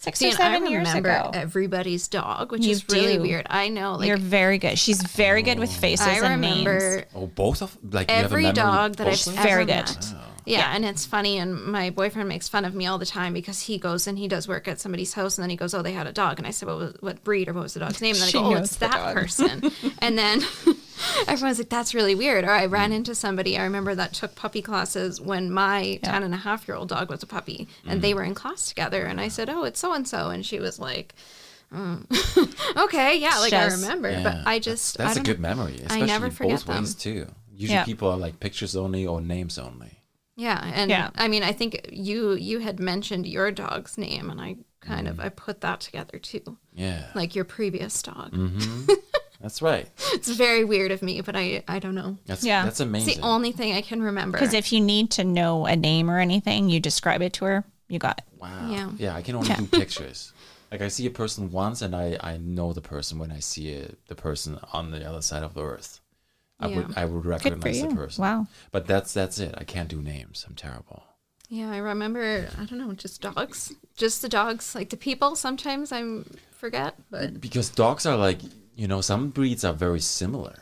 six
See,
or
and I
seven years
remember
ago."
everybody's dog, which
You
is really
do.
weird. I know. Like
You're very good. She's very good with faces
I
and names.
remember
Oh, both of like you
every
have a memory
dog that I've
both of
ever
them?
Very good.
met. Yeah, and it's funny, and my boyfriend makes fun of me all the time because he goes and he does work at somebody's house, and then he goes, "Oh, they had a dog," and I said, "What was, what breed or what was the dog's name?" And then I
She
go, "Oh,
knows
it's
the
that
dog."
person," and then everyone's like, "That's really weird." Or I ran into somebody I remember that took puppy classes when my ten and a half year old dog was a puppy, and they were in class together, and I said, "Oh, it's so and so," and she was like. "Mm." okay, yeah, like
Just-
I remember,
Yeah,
but I just
that's,
I
that's a
don't
good
know.
memory. Especially
I never forget
both ways
them.
too. Usually
Yeah.
people are like pictures only or names only.
Yeah, and
Yeah.
I mean, I think you you had mentioned your dog's name, and I kind of I put that together too,
Mm-hmm. Yeah, Mm.
like your previous dog.
that's right.
It's very weird of me, but I I don't know.
That's
Yeah.
that's
It's
amazing.
the only thing I can remember.
Because if you need to know a name or anything, you describe it to her. You got it.
wow. Yeah.
Yeah.
I can only do pictures. Like I see a person once, and I I know the person when I see it- the person on the other side of the earth. I
Yeah.
would I would
for
recognize the
you.
person.
Wow.
But that's that's it. I can't do names. I'm terrible.
yeah, I remember. I don't know, just dogs, just the dogs, like the people. Sometimes I forget, but
Because dogs are like you know some breeds are very similar,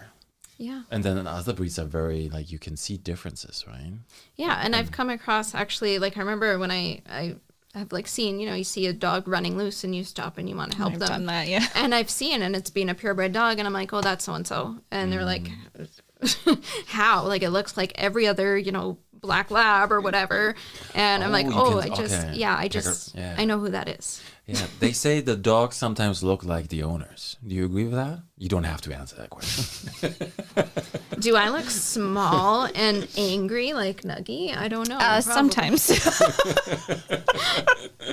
yeah,
and then other breeds are very like you can see differences, right?
yeah. And I've come across actually, like I remember when I I have like seen, you know, you see a dog running loose, and you stop and you want to help
I've
them.
done that. Yeah.
and I've seen, and it's been a purebred dog, and I'm like, oh, that's so and so, and they're like,
Mm.
how? Like it looks like every other, you know, black lab or whatever, and I'm
Oh,
like,
you
oh,
can-
I just,
okay.
yeah, I
Check
just,
it- yeah.
I know who that is.
Yeah, they say the dogs sometimes look like the owners. Do you agree with that? You don't have to answer that question.
Do I look small and angry like Nuggy? I don't know.
Uh,
probably.
sometimes.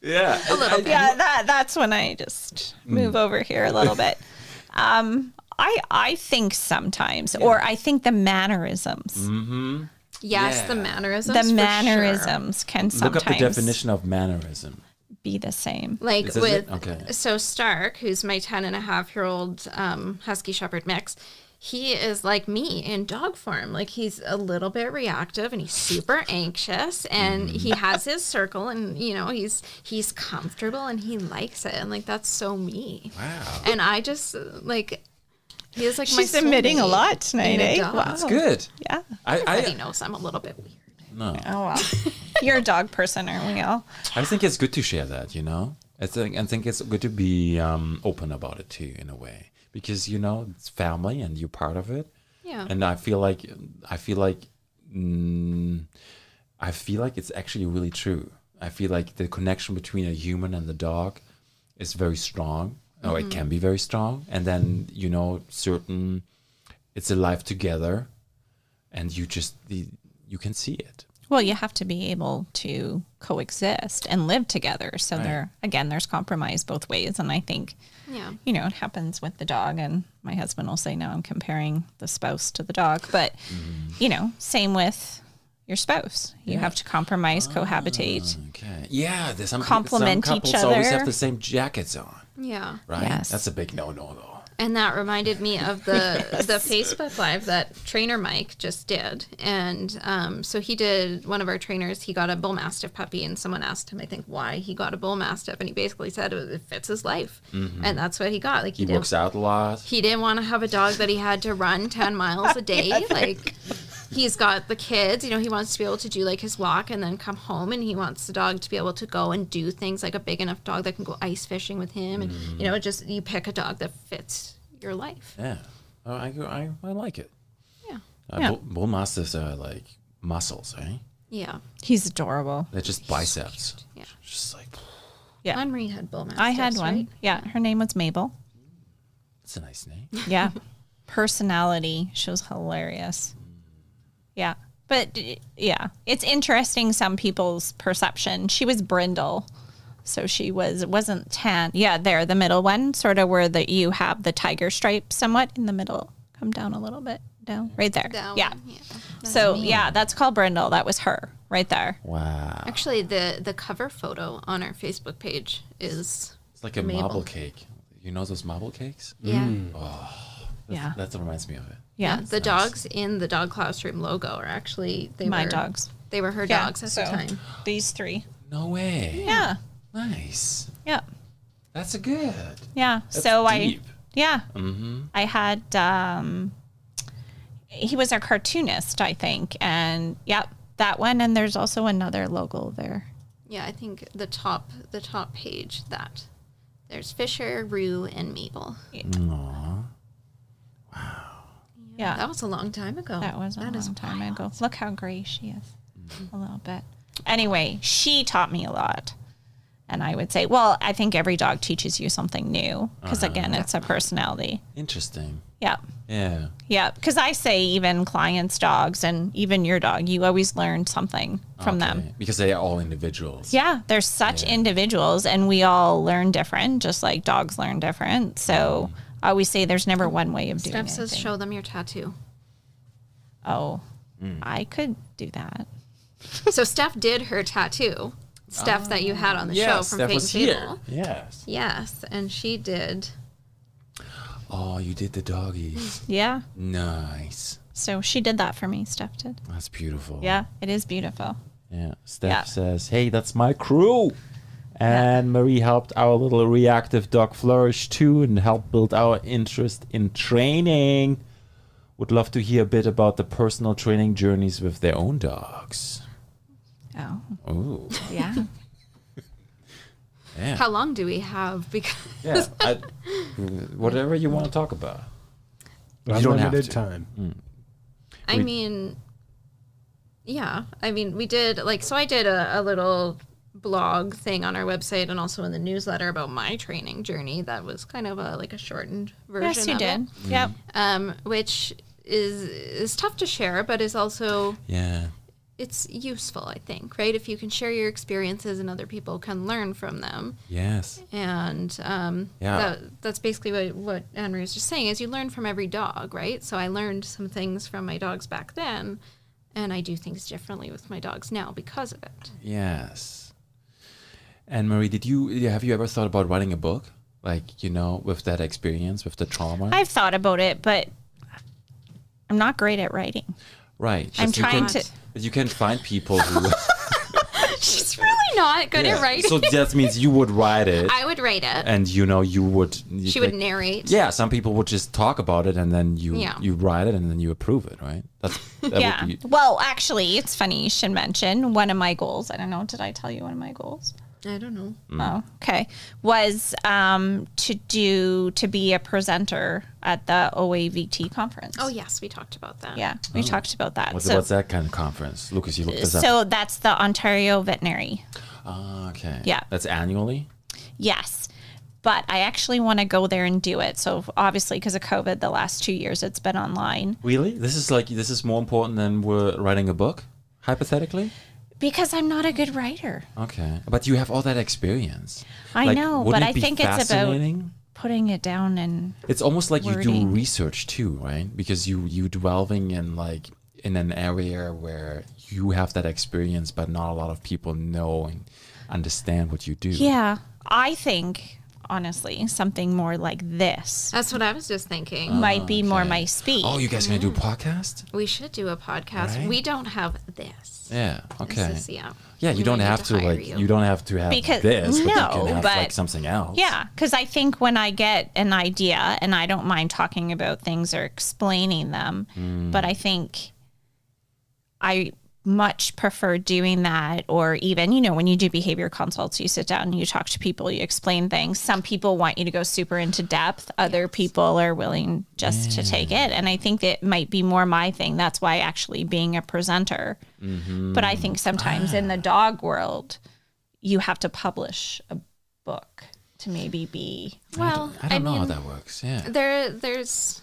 Yeah.
a little bit.
yeah. That that's when I just
Mm.
move over here a little bit. Um, I I think sometimes, or I think the mannerisms,
Yes, the
Yeah.
mannerisms.
the
Mm. for sure.
mannerisms can
Look
sometimes
up the definition of mannerism.
be the same.
like
This is
with
it? Okay.
so stark who's my 10 and a half year old um, husky shepherd mix he is like me in dog form like he's a little bit reactive and he's super anxious and he
Mm.
has his circle and you know he's he's comfortable and he likes it and like that's so me
Wow.
and i just uh, like he is like my
She's admitting a
soulmate
lot
in
tonight,
a
eh?
dog.
Wow.
It's good.
Yeah.
I,
everybody
I,
knows i'm a little bit weird
no.
Oh well. You're a dog person, aren't we all?
I think it's good to share that, you know? I think, I think it's good to be um, open about it too, in a way, because, you know, it's family and you're part of it.
Oh.
Yeah.
And I feel like, I feel like, mm, I feel like it's actually really true. I feel like the connection between a human and the dog is very strong, or
Mm-hmm.
it can be very strong. And then, you know, certain, it's alive together and you just, the, you can see it.
Well, you have to be able to coexist and live together. So there again, there's compromise both ways. And I think
yeah
you know, it happens with the dog. And my husband will say, now I'm comparing the spouse to the dog. But, you know, same with your spouse. You have to compromise, cohabitate.
Okay. Yeah, there's some, peop-
Complement
some
each
couples always
other.
have the same jackets on,
yeah
right?
Yes.
That's a big no-no, though.
And that reminded me of the the Facebook live that trainer Mike just did, and um, so he did one of our trainers. He got a bull mastiff puppy, and someone asked him, I think, why he got a bull mastiff, and he basically said it fits his life, and that's what he got. Like he,
Mm-hmm. He
did,
works out a lot.
he didn't want to have a dog that he had to run 10 miles a day like he's got the kids you know he wants to be able to do like his walk and then come home and he wants the dog to be able to go and do things like a big enough dog that can go ice fishing with him and you know just you pick a dog that fits your life
Yeah, oh, I, I I like it.
yeah
Uh,
Yeah.
Bull, bull mastiffs are like muscles, eh?
yeah
He's adorable.
They're just biceps.
yeah
Just like
Yeah.
henry had bull mastiffs
I had one.
right?
Yeah. Her name was Mabel.
it's a nice name.
Yeah. Personality. She was hilarious. Yeah. But d- yeah, it's interesting some people's perception. She was brindle. So she was wasn't tan. Yeah, there, the middle one, sort of where that you have the tiger stripe somewhat in the middle. Come down a little bit. Down. Right there.
That
yeah.
one,
So yeah, that's called brindle. That was her right there.
Wow,
actually the the cover photo on our facebook page is
it's like a
Mabel.
marble cake. You know those marble cakes?
yeah
Yeah.
That reminds me of it.
Mm. Yeah.
the dogs in the dog classroom logo are actually they
My
were,
dogs.
They were her
Yeah,
dogs at
so
the time.
These three.
No way.
Yeah.
Nice.
Yeah.
That's a good.
Yeah.
That's
so I
deep.
Yeah. I had um he was a cartoonist, I think. And yep, that one and there's also another logo there.
Yeah, I think the top the top page that there's Fisher, Rue, and Mabel.
Aw.
Yeah.
That was a long time ago.
That was a
That is
long time ago. Look how gray she is. A little bit. Anyway, she taught me a lot. And I would say, well, I think every dog teaches you something new because again, it's a personality.
Interesting.
Yeah.
Yeah.
Yeah, because I say even clients' dogs and even your dog, you always learn something from them.
Okay. because they are all individuals.
Yeah, they're such individuals, and we all learn different, just like dogs learn different. So
Mm.
I always say there's never one way of doing
Steph
it.
says, "Show them your tattoo."
oh,
Mm.
I could do that.
so Steph did her tattoo stuff that you had on the show from
that
Fate
was
and
here.
Fable.
Yes.
Yes, and she did.
Oh, you did the doggies.
Yeah.
nice.
So she did that for me. Steph did.
That's beautiful.
Yeah, it is beautiful.
Yeah. Steph
Yeah.
says, "Hey, that's my crew." And Marie helped our little reactive dog flourish too and helped build our interest in training. Would love to hear a bit about the personal training journeys with their own dogs.
Oh,
Ooh.
yeah.
Yeah.
How long do we have? Because
yeah. I- whatever you want to talk about.
Unlimited
don't have to.
time.
I
We-
mean, yeah. I mean, we did like so. I did a, a little blog thing on our website and also in the newsletter about my training journey. That was kind of a like a shortened version.
yes, you
of
did.
it,
Yep.
Mm-hmm.
um, which is is tough to share, but is also
Yeah.
it's useful. I think right if you can share your experiences and other people can learn from them
Yes.
and um,
Yeah.
that, that's basically what, what Henry was just saying is you learn from every dog right so i learned some things from my dogs back then and i do things differently with my dogs now because of it
Yes. And Marie, did you have you ever thought about writing a book? Like you know, with that experience, with the trauma,
I've thought about it, but I'm not great at writing.
right?
I'm
just you
trying
can-
to-
You can find people who.
She's really not good
Yeah.
at writing.
So that means you would write it,
I would rate it.
and you know you would.
she would narrate.
Yeah, some people would just talk about it, and then you
Yeah.
you write it, and then you approve it, right? That's that
yeah.
Would be,
Well, actually, it's funny you should mention one of my goals. I don't know. Did I tell you one of my goals?
I don't know.
Mm.
Oh, okay. Was um, to do to be a presenter at the OAVT conference.
Oh yes, we talked about that.
yeah. We talked about that.
what's,
so,
Oh. what's that kind of conference, Lucas? You looked this up.
so that's the Ontario Veterinary.
Ah, okay.
Yeah.
That's annually.
Yes. But I actually want to go there and do it. So obviously, because of COVID, the last two years it's been online.
Really? This is like this is more important than we're writing a book, hypothetically.
Because I'm not a good writer,
Okay, but you have all that experience.
I know,
wouldn't
but
it
I
be
think it's about-
fascinating?
putting it down and
It's almost like you do
wording.
research too, right? Because you you dwelling in like in an area where you have that experience, but not a lot of people know and understand what you do.
yeah. I think honestly, something more like this
That's what I was just thinking.
Uh,
might be more my speed.
Oh, you guys gonna do a podcast?
we should do a podcast.
Right.
We don't have this.
Yeah. Okay.
This is, yeah.
yeah, you
We
don't
need
have to,
hire
like you.
you
don't have to have
Because-
this, but you
no,
can have like
but-
something else.
Yeah, because I think when I get an idea, and I don't mind talking about things or explaining them, but I think I much prefer doing that or even you know when you do behavior consults you sit down and you talk to people you explain things some people want you to go super into depth other people are willing just to take it and i think that might be more my thing that's why actually being a presenter but i think sometimes in the dog world you have to publish a book to maybe be
Well,
I don't know how
mean,
that works. Yeah.
there there's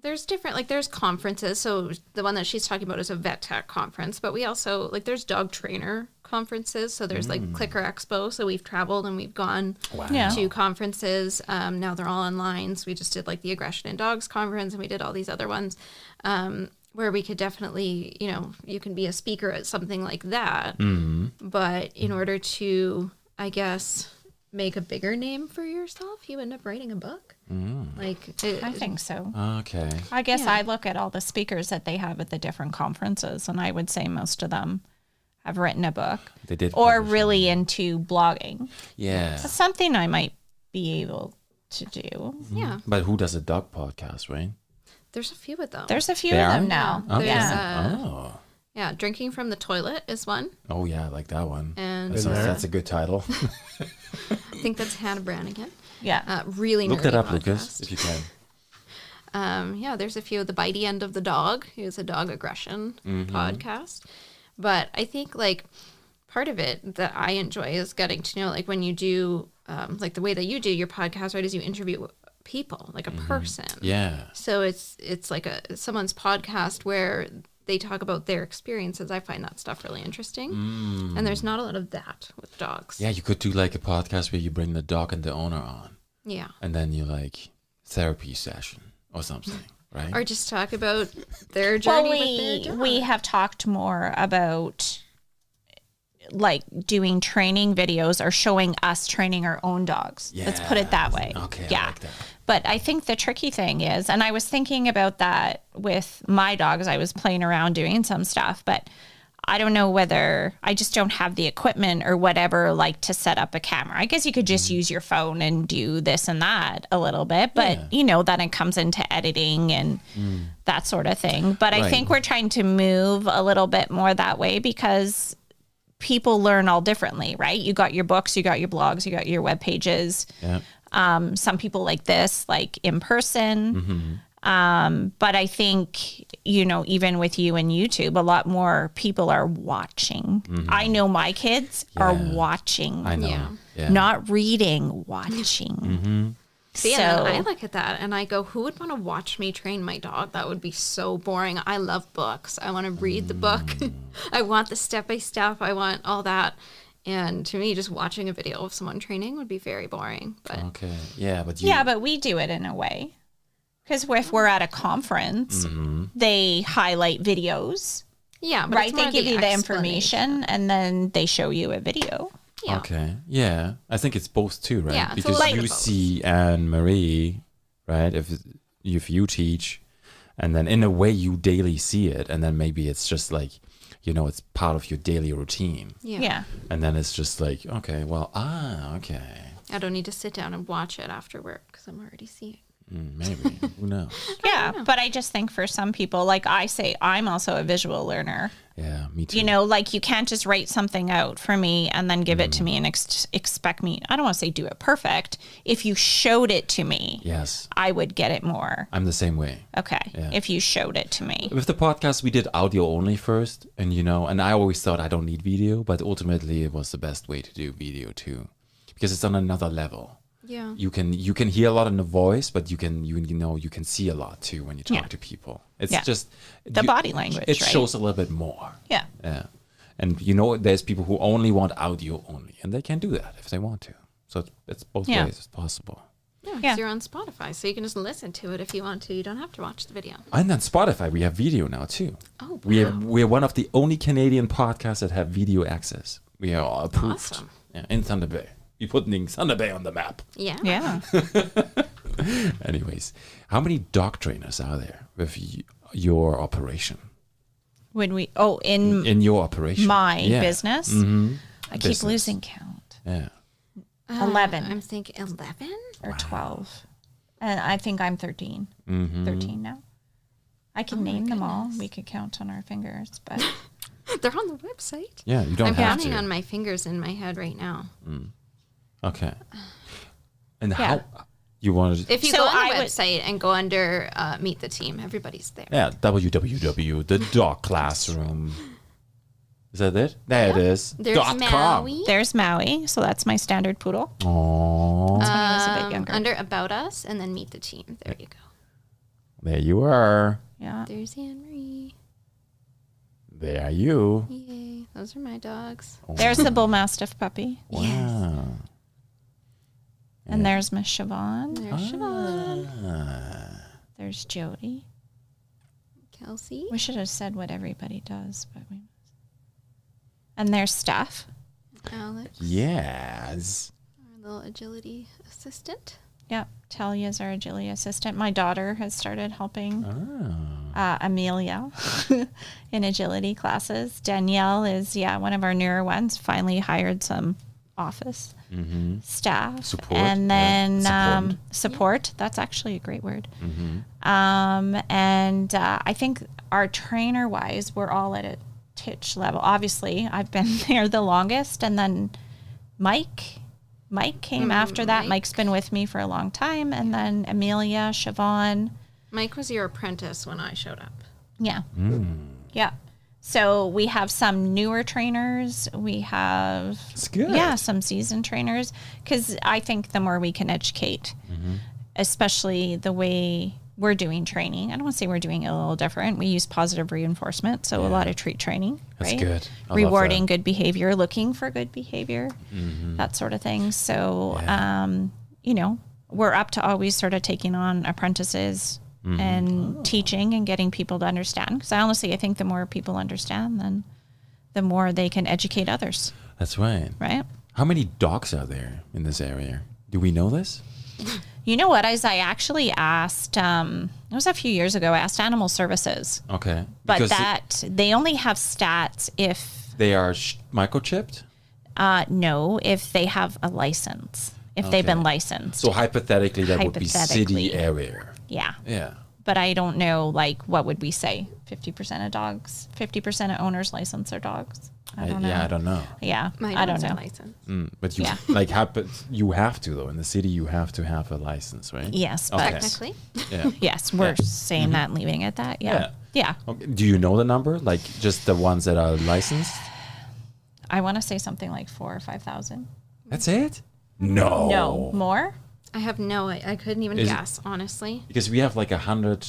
there's different like there's conferences so the one that she's talking about is a vet tech conference but we also like there's dog trainer conferences so there's like clicker expo so we've traveled and we've gone
Yeah.
to conferences um, now they're all online so we just did like the aggression in dogs conference and we did all these other ones um, where we could definitely you know you can be a speaker at something like that
Mm-hmm.
but in order to i guess make a bigger name for yourself you end up writing a book
Mm.
like it,
i think so
Okay.
I guess
Yeah.
I look at all the speakers that they have at the different conferences, and I would say most of them have written a book
They did
or
publish it.
really into blogging.
Yeah.
That's something I might be able to do.
yeah
But who does a dog podcast, right?
there's a few of them
There's a few
They
of
are?
them now.
Okay.
Yeah.
uh,
oh.
yeah drinking from the toilet is one
Oh yeah, I like that one.
and
That's,
Been there.
that's a good title.
i think that's hannah brannigan
Yeah.
uh, really
Look
nerdy
that up,
podcast.
Lucas, if you can.
um, yeah there's a few of the bitey end of the dog is a dog aggression
Mm-hmm.
podcast but i think like part of it that i enjoy is getting to know like when you do um, like the way that you do your podcast right is you interview people like a person
Mm-hmm. Yeah.
So it's it's like a someone's podcast where they talk about their experiences. I find that stuff really interesting, and there's not a lot of that with dogs.
Mm. Yeah, you could do like a podcast where you bring the dog and the owner on,
Yeah.
and then you like therapy session or something, right?
Or just talk about their
well,
journey with
we
their dog.
we have talked more about like doing training videos or showing us training our own dogs. Let's put it that way.
Okay, I like that.
But I think the tricky thing is, and I was thinking about that with my dogs. I was playing around doing some stuff, but I don't know whether I just don't have the equipment or whatever, like to set up a camera. I guess you could just use your phone and do this and that a little bit, but you know, then it comes into editing and that sort of thing. But I
Right.
think we're trying to move a little bit more that way because people learn all differently, right? You got your books, you got your blogs, you got your web pages
yeah.
some people like this, like in person.
Mm-hmm.
Um, but I think, you know, even with you and YouTube, a lot more people are watching. I know my kids are
Mm-hmm. Yeah.
watching,
I know. Mm-hmm. Yeah.
Yeah.
not reading, watching.
See,
so,
and then I look at that and I go, who would want to watch me train my dog? That would be so boring. I love books. I want to read the book. I want the step by step. I want all that. And to me, just watching a video of someone training would be very boring. But
Okay. Yeah, but you,
yeah, but we do it in a way. Because if we're at a conference,
Mm-hmm.
they highlight videos,
yeah, but
right?
it's
They
more
give
the
you the
explanation.
information and then they show you a video.
Yeah.
Okay. Yeah. I think it's both too, right?
Yeah, it's a
because
little
you
bit of both.
see Anne Marie, right? If if you teach, and then in a way you daily see it, and then maybe it's just like, you know, it's part of your daily routine,
Yeah.
yeah.
and then it's just like, okay, well, ah, okay,
I don't need to sit down and watch it after work because I'm already seeing it.
Mm, maybe who knows?
Yeah, but I just think for some people, like I say, I'm also a visual learner.
Yeah, me too.
You know, like you can't just write something out for me and then give it to me and ex- expect me. I don't want to say do it perfect. If you showed it to me,
Yes,
I would get it more.
I'm the same way.
Okay. If you showed it to me.
With the podcast, we did audio only first, and you know, and I always thought I don't need video, but ultimately it was the best way to do video too, because it's on another level.
Yeah.
You can you can hear a lot in the voice, but you can you, you know you can see a lot too when you talk
Yeah.
to people. It's
Yeah.
just
The body language,
It
right?
shows a little bit more.
Yeah.
Yeah, and you know, there's people who only want audio only, and they can do that if they want to. So it's, it's both
Yeah.
ways. It's possible.
Yeah.
Yeah.
So you're on Spotify, so you can just listen to it if you want to. You don't have to watch the video.
And on Spotify, we have video now too.
Oh,
we are,
wow.
we're one of the only Canadian podcasts that have video access. We are all approved
Awesome.
yeah, in Thunder Bay. We're putting Thunder Bay on the map.
Yeah.
Yeah.
Anyways, how many dog trainers are there with y- your operation?
When we, oh,
Mm.
in
In your operation,
my
Yeah. Mm-hmm.
business, I keep
Business.
losing count
Yeah.
Uh,
11.
I'm thinking 11?
or 12. And I think I'm 13.
Mm-hmm.
13 now. I can name them all. We could count on our fingers, but
They're on the website.
Yeah, you don't
I'm
have
counting
to.
on my fingers in my head right now.
okay. And
Yeah.
how you want to?
If you
So
go on
I
the
would-
website and go under uh, Meet the Team, everybody's there.
Yeah, www the dog classroom. Is that it? There it is.
There's
dot
Maui.
there's Maui. So that's my standard poodle.
com. Aww.
That's when I was a bit
um,
younger.
under About Us and then Meet the Team. There you go.
There you are.
yeah.
There's Anne Marie.
There you.
Yay. Those are my dogs.
There's the bull mastiff puppy.
Wow.
And there's Miss Siobhan.
Ah.
There's Siobhan.
There's Jody.
Kelsey.
We should have said what everybody does, but we. And there's Steph.
Alex.
Hmm. Yes.
Our little agility assistant.
Yep. Talia is our agility assistant. My daughter has started helping
Ah.
uh, Amelia in agility classes. Danielle is, yeah, one of our newer ones. Finally hired some office staff.
Mm-hmm. Support,
And
yeah.
then Um,
Support. Mm-hmm.
support. That's actually a great word. Um, and uh, I think our trainer wise, we're all at a titch level. Obviously, I've been there the longest. And then Mike. Mike came after that.
Mike.
Mike's been with me for a long time. And then Amelia, Siobhan.
Mike was your apprentice when I showed up.
Yeah. Yeah. So we have some newer trainers. We have
It's good.
yeah, some seasoned trainers cuz I think the more we can educate, especially the way we're doing training. I don't want to say we're doing it a little different. We use positive reinforcement, so a lot of treat training,
That's
right?
good. I love
Rewarding
that. Mm-hmm.
good behavior, looking for good behavior, that sort of thing. So, um, you know, we're up to always sort of taking on apprentices
Mm-hmm.
and teaching and getting people to understand. Because I honestly, I think the more people understand, then the more they can educate others,
That's right.
right?
How many dogs are there in this area? Do we know this?
You know what? As I actually asked, um, it was a few years ago, I asked Animal Services,
Okay.
but
Because
that they only have stats if
they are sh- microchipped.
Uh, no, if they have a license, if they've been licensed.
So hypothetically, that would be city
Hypothetically.
area.
yeah.
Yeah.
But I don't know, like, what would we say? 50% of dogs, 50% of owners license their dogs. I don't know.
Yeah, I don't know.
Yeah,
My
I don't
dogs
know.
are licensed.
But you
Yeah.
like happen. You have to though. In the city, you have to have a license, right?
Yes,
Okay.
but
Technically.
Yeah. Mm-hmm.
yes, we're saying that and leaving it at that. Yeah. Yeah.
Okay. Do you know the number? Like just the ones that are licensed?
I want to say something like four or 5,000.
That's it? No.
No, more?
I have no, I, I couldn't even
Is-
guess, honestly.
because we have like a hundred,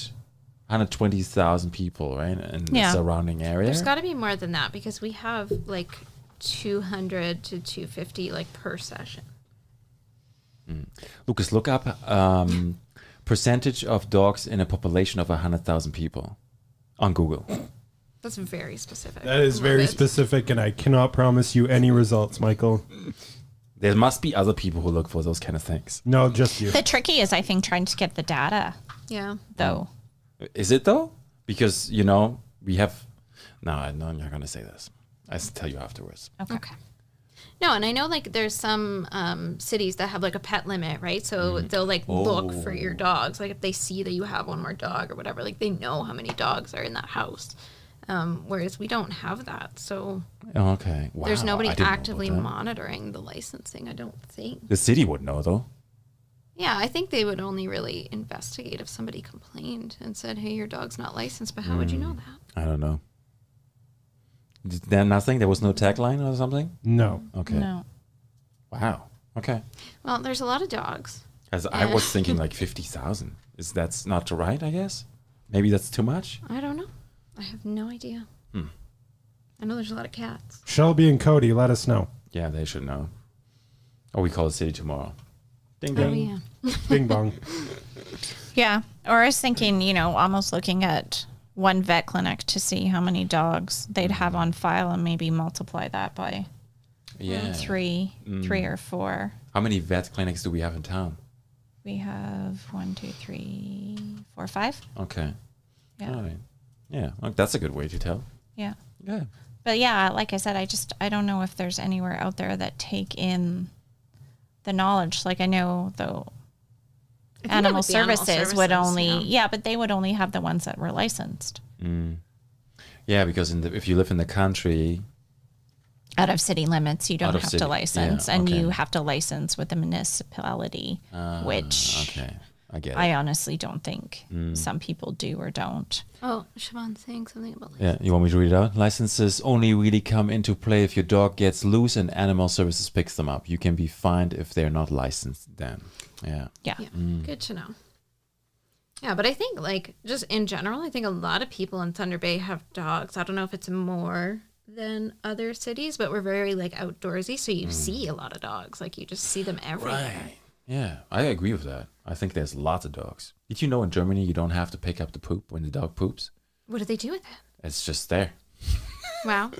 hundred twenty thousand people, right, in the
Yeah.
surrounding area.
There's got to be more than that because we have like 200 to 250 like per session.
Lucas, look up um, percentage of dogs in a population of hundred thousand people on Google.
That's very specific.
That is
I love
very
it.
specific, and I cannot promise you any results, Michael.
There must be other people who look for those kind of things.
No, just you.
The tricky is, I think, trying to get the data
Yeah.
though.
Is it though? Because you know we have. No, I- no, I'm not gonna say this. I s- tell you afterwards.
Okay.
Okay. No, and I know like there's some um, cities that have like a pet limit, right? So
Mm-hmm.
they'll like look for
Oh.
your dogs. Like if they see that you have one more dog or whatever, like they know how many dogs are in that house. Um, whereas we don't have that, so
Okay. Wow.
there's nobody
I didn't know about
actively
that.
monitoring the licensing. I don't think.
The city would know though.
Yeah, I think they would only really investigate if somebody complained and said, "Hey, your dog's not licensed." But how would you know that?
I don't know. Did there nothing? There was no tagline or something.
No.
Okay.
No.
Wow. Okay.
Well, there's a lot of dogs.
As I
Yeah.
was thinking, like fifty thousand. Is that's not right? I guess. Maybe that's too much.
I don't know. I have no idea. I know there's a lot of cats.
Shelby and Cody, let us know.
Yeah, they should know. Or we call the city tomorrow. Ding
Oh
ding.
yeah.
Bing bong.
Yeah. Or I was thinking, you know, almost looking at one vet clinic to see how many dogs they'd have on file and maybe multiply that by
Yeah.
three, three or four.
How many vet clinics do we have in town?
We have one, two, three, four, five.
Okay.
Yeah.
All right. Yeah. Well, that's a good way to tell.
Yeah.
Yeah.
But yeah, like I said, I just I don't know if there's anywhere out there that take in the knowledge. Like I know though
I think that
animal
would be animal
services, would
services,
only yeah.
yeah.
but they would only have the ones that were licensed
Yeah, because in the, if you live in the country,
out of city limits. You
Out
don't
of
have
city,
to
yeah,
license, and
okay. Ah,
you have to license with the municipality, which
okay, I get it. Mm.
I honestly don't think some people do or don't.
Oh, Siobhan's saying something about like
yeah, you want me to read it out? Licenses only really come into play if your dog gets loose and animal services picks them up. You can be fined if they're not licensed then. Yeah.
Yeah,
yeah. Good to know. Yeah, but I think like just in general, I think a lot of people in Thunder Bay have dogs. I don't know if it's more than other cities, but we're very like outdoorsy, so you see a lot of dogs. Like you just see them everywhere.
Yeah, I agree with that. I think there's lots of dogs. Did you know in Germany you don't have to pick up the poop when the dog poops?
What do they do with it?
It's just there.
Wow.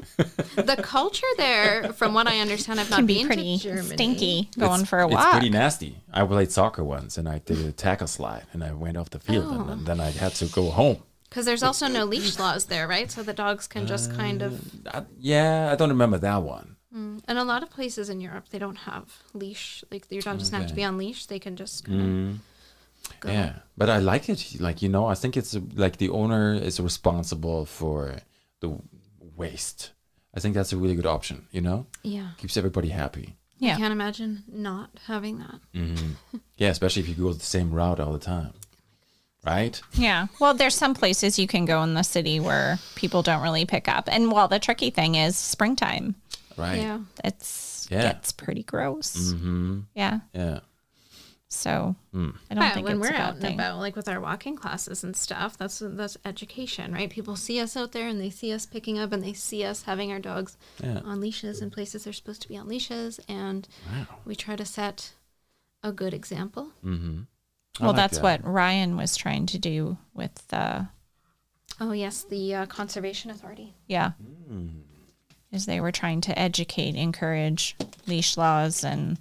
the culture there, from what I understand, I've not
can be
been
pretty
to Germany.
stinky going
It's-
for a walk.
It's pretty nasty. I played soccer once and I did a tackle slide and I went off the field and, and then I had to go home.
Because there's also no leash laws there, right? So the dogs can just kind of
I, yeah, I don't remember that one.
And a lot of places in Europe, they don't have leash. Like your dog doesn't have to
Okay. Mm.
be on leash. They can just kind of go.
Yeah, but I like it. Like you know, I think it's uh, like the owner is responsible for the waste. I think that's a really good option. You know,
Yeah.
keeps everybody happy.
I
yeah,
can't imagine not having that.
Yeah, especially if you go the same route all the time, right?
yeah. Well, there's some places you can go in the city where people don't really pick up. And well, the tricky thing is springtime.
Right.
Yeah.
It's
Yeah. Mm-hmm.
gets pretty gross. Yeah.
Yeah.
So
Hmm.
I don't
Yeah,
think
when
it's
we're
a bad
out and
thing.
about, like with our walking classes and stuff, that's that's education, right? People see us out there and they see us picking up and they see us having our dogs
Yeah.
on leashes in places they're supposed to be on leashes, and we try to set a good example.
Mm.
I
well,
like
that's
that.
what Ryan was trying to do with the
Oh yes, the uh, conservation authority.
yeah.
Hmm.
Is they were trying to educate, encourage leash laws and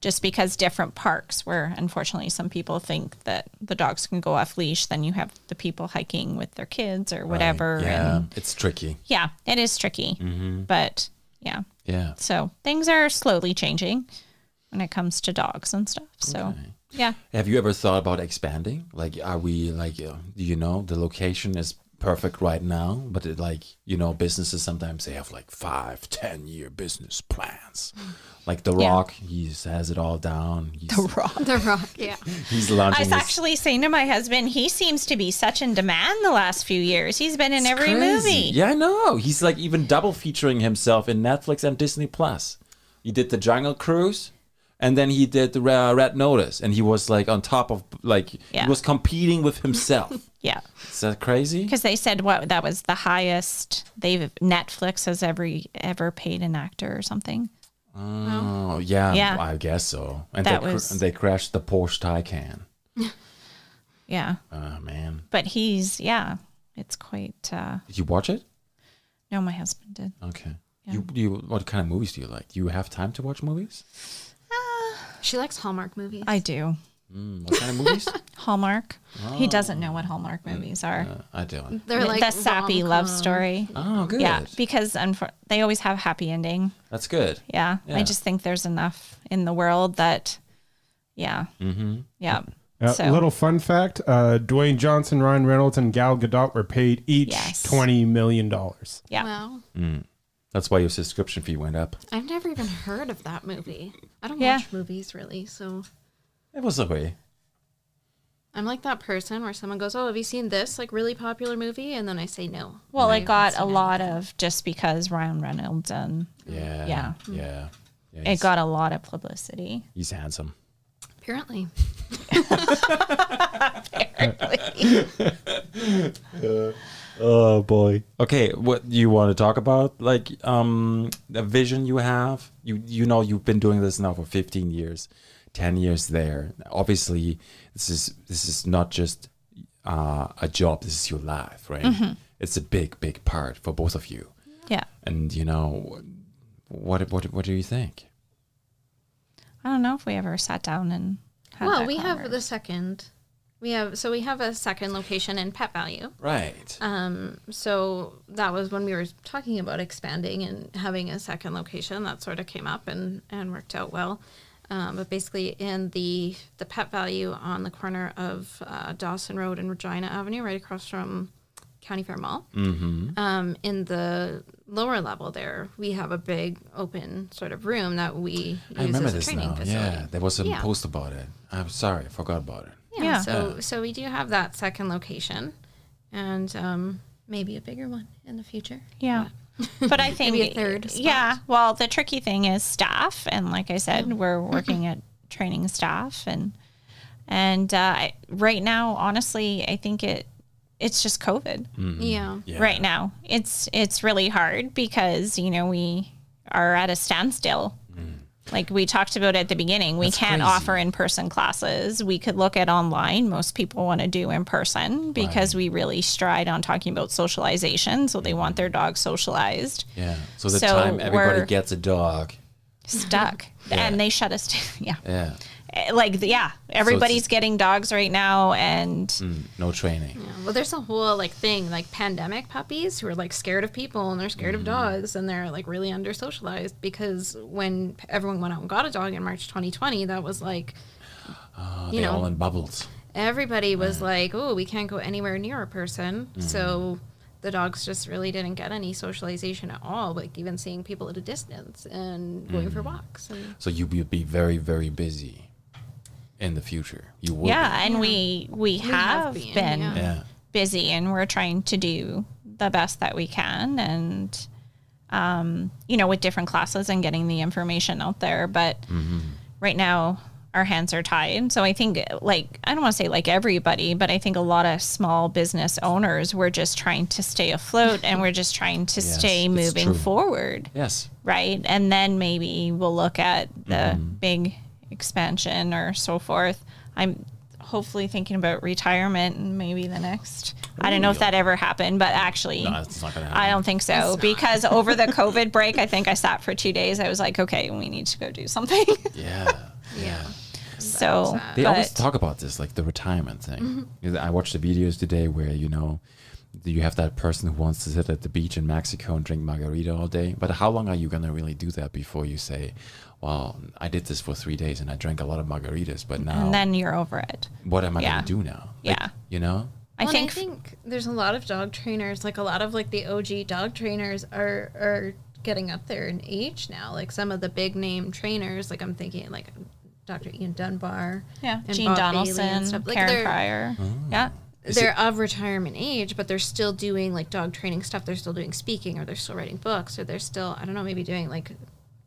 just because different parks where unfortunately some people think that the dogs can go off leash, then you have the people hiking with their kids or
Right.
whatever.
Yeah, Mm-hmm.
And
it's tricky.
yeah, it is tricky. But yeah.
Yeah.
So things are slowly changing when it comes to dogs and stuff. So yeah.
Have you ever thought about expanding? Like, are we like, uh, you know, the location is perfect right now, but it, like, you know, businesses sometimes they have like five, ten year business plans. Like The
Yeah.
Rock, he has it all down. He's,
The Rock. Yeah.
he's
I
launching.
was
his-
actually saying to my husband, he seems to be such in demand the last few years. He's been in
It's
every
crazy.
movie.
Yeah, I know. He's like even double featuring himself in Netflix and Disney Plus. He did the Jungle Cruise, and then he did the Ra- Red Notice, and he was like on top of like
Yeah.
he was competing with himself.
Yeah.
Is that crazy?
Because they said what that was the highest they've Netflix has every ever paid an actor or something.
Oh yeah,
Yeah.
I guess so. And
That
they cr-
was-
they crashed the Porsche Taycan.
Yeah.
Oh man,
But he's yeah, it's quite uh
did you watch it?
No, my husband did.
Okay.
Yeah.
You, you, what kind of movies do you like? Do you have time to watch movies?
She likes Hallmark movies.
I do.
Mm, what kind of movies?
Hallmark. He doesn't know what Hallmark movies are.
Uh, I don't.
They're like
the sappy love
rom-com.
story.
Oh, good.
Yeah, because unfor- they always have happy ending.
That's good.
Yeah,
Yeah.
I just think there's enough in the world that, yeah, mm-hmm. yeah.
Uh,
so
Little fun fact: uh, Dwayne Johnson, Ryan Reynolds, and Gal Gadot were paid each
Yes.
twenty million dollars.
yeah,
Wow.
That's why your subscription fee went up.
I've never even heard of that movie. I don't
Yeah.
watch movies really, so
It was okay.
I'm like that person where someone goes, "Oh, have you seen this like really popular movie?" and then I say no.
well, I got a lot of just because Ryan Reynolds and
Yeah.
Yeah.
Yeah. yeah
it
he's,
got a lot of publicity.
he's handsome.
Apparently.
Oh boy. Okay, what do you want to talk about? Like um the vision you have. You you know you've been doing this now for 15 years, 10 years there. Obviously, this is this is not just uh, a job. This is your life, right?
Mm-hmm.
It's a big big part for both of you.
Yeah,
And you know what what what do you think?
I don't know if we ever sat down and. Had
well,
that
we have
conver-
the second. We have so we have a second location in Pet Value.
Right.
Uh, So that was when we were talking about expanding and having a second location. That sort of came up and and worked out well. Um, but basically, in the the Pet Value on the corner of uh, Dawson Road and Regina Avenue, right across from County Fair Mall.
Mm-hmm.
Um, in the lower level there, we have a big open sort of room that we use
I remember
as a
this
training
now.
facility.
Yeah, there was a
Yeah.
post about it. I'm sorry, I forgot about it.
Yeah.
Yeah.
So so we do have that second location, and um, maybe a bigger one in the future.
Yeah. But I think
Maybe a third spot.
Yeah. Well, the tricky thing is staff, and like I said, we're working at training staff, and and uh, I- right now, honestly, I think it it's just COVID.
Mm-hmm.
Yeah.
Yeah.
Right now, it's it's really hard because you know we are at a standstill. Like we talked about at the beginning, we can't
Mm. crazy.
offer in person classes. We could look at online. Most people want to do in person because we really stride on talking about socialization. So they
Mm-hmm.
want their dogs socialized.
Yeah. So the
So
time everybody
we're-
gets a dog.
Stuck. And they shut us down. Yeah.
Yeah.
Eh, Like, yeah, everybody's getting dogs right now. And
mm, No training.
Yeah, Well, there's a whole like thing like pandemic puppies who are like scared of people and they're scared
Mm.
of dogs and they're like really under socialized because when p- everyone went out and got a dog in March 2020, that was like
Oh,
You
they're
know.
all in bubbles.
everybody was like, oh, we can't go anywhere near a person.
Mm.
So the dogs just really didn't get any socialization at all, like even seeing people at a distance and going
Mm.
for walks. And
So you will be very, very busy in the future. You will. be.
yeah, and we, we
have
have, been,
been, yeah.
Yeah.
busy and we're trying to do the best that we can. And, um, you know, with different classes and getting the information out there. But
Mm-hmm.
right now, our hands are tied. So I think, like, I don't want to say like everybody, but I think a lot of small business owners were just trying to stay afloat and we're just trying to
Yes,
stay
it's
moving
true.
forward.
Yes.
Right. And then maybe we'll look at the
Mm-hmm.
big expansion or so forth. I'm hopefully thinking about retirement and maybe the next. I don't know if
Ooh.
that ever happened, but actually.
No, it's not gonna happen.
I don't think so because over the COVID break, I think I sat for two days. I was like, okay, we need to go do something.
Yeah. Yeah.
so,
They always
but- Mm-hmm.
talk about this, like the retirement thing. I watched the videos today where you know you have that person who wants to sit at the beach in Mexico and drink margarita all day. But how long are you gonna really do that before you say, "Well, I did this for three days and I drank a lot of margaritas, but now
and then you're over it.
what am I
yeah.
gonna do now?"
Yeah.
You know.
I
Well, and
think,
I think there's a lot of dog trainers, like a lot of like the OG dog trainers are are getting up there in age now. Like some of the big name trainers, like I'm thinking like Dr. Ian Dunbar,
yeah,
and
Gene
Bob Bailey and
Donaldson,
stuff. Like,
Karen
they're-
Pryor.
Oh.
Yeah.
Is
they're of retirement age, but they're still doing like dog training stuff. They're still doing speaking, or they're still writing books, or they're still I don't know maybe doing like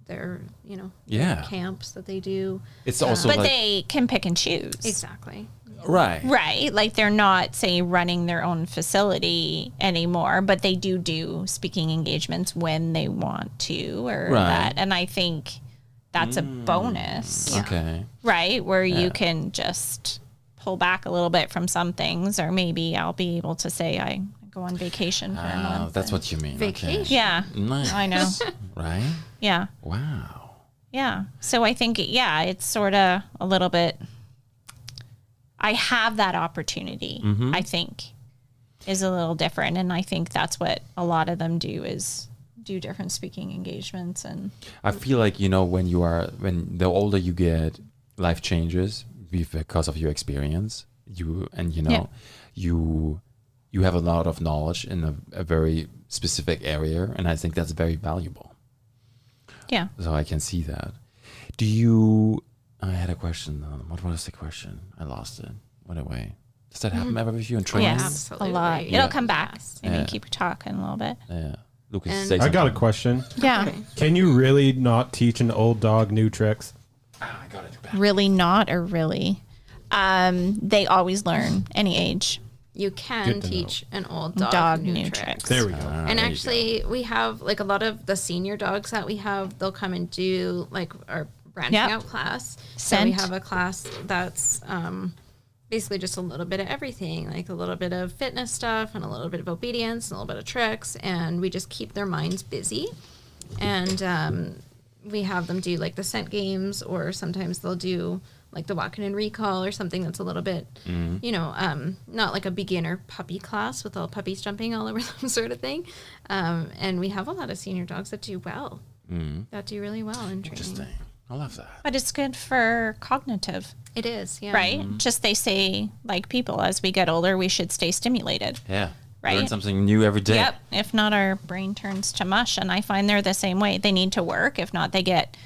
their you know
Yeah.
camps that they do.
It's also
Uh-huh. But
like
they can pick and choose.
Exactly.
right.
Right. Like they're not, say, running their own facility anymore, but they do do speaking engagements when they want to or
Right. Mm.
that. And I think that's a bonus,
Okay.
right? Where you can just pull back a little bit from some things, or maybe I'll be able to say, I go on vacation for a
Oh,
month.
that's what you mean.
Vacation.
Yeah,
Nice.
I know.
Right?
Yeah,
Wow.
yeah. So I think yeah, it's sort of a little bit. I have that opportunity. I think is a little different, and I think that's what a lot of them do is do different speaking engagements and
I feel like you know when you are when the older you get, life changes be- because of your experience. You and you know, you you have a lot of knowledge in a, a very specific area, and I think that's very valuable.
yeah.
So I can see that. Do you? I had a question. um, What was the question? I lost it. Went away. Does
Mm-hmm.
that happen ever with you in training?
Yes, a
Absolutely.
lot.
Yeah.
It'll come back and
Yeah.
you keep talking a little bit.
Yeah. Lucas,
And-
say
I
something.
got a question.
Yeah.
Can you really not teach an old dog new tricks?
I got it back.
Really not or really. Um, they always learn any age.
You can
Good to
teach an old dog,
Dog
new,
new
tricks.
tricks.
Ah, There we go.
and actually, we have like a lot of the senior dogs that we have. They'll come and do like our branching
Yep.
out class. So we
Scent.
have a class that's um, basically just a little bit of everything, like a little bit of fitness stuff and a little bit of obedience and a little bit of tricks, and we just keep their minds busy. And um, we have them do like the scent games, or sometimes they'll do like the walking and recall or something that's a little bit, you know, um, not like a beginner puppy class with all puppies jumping all over them sort of thing. Um, and we have a lot of senior dogs that do well, that do really well in training.
Interesting. I love that.
But it's good for cognitive,
It is, yeah.
right? Just they say, like people, as we get older, we should stay stimulated.
Yeah. Learn
Right?
something new every day.
Yep. If not, our brain turns to mush. And I find they're the same way. They need to work. If not, they get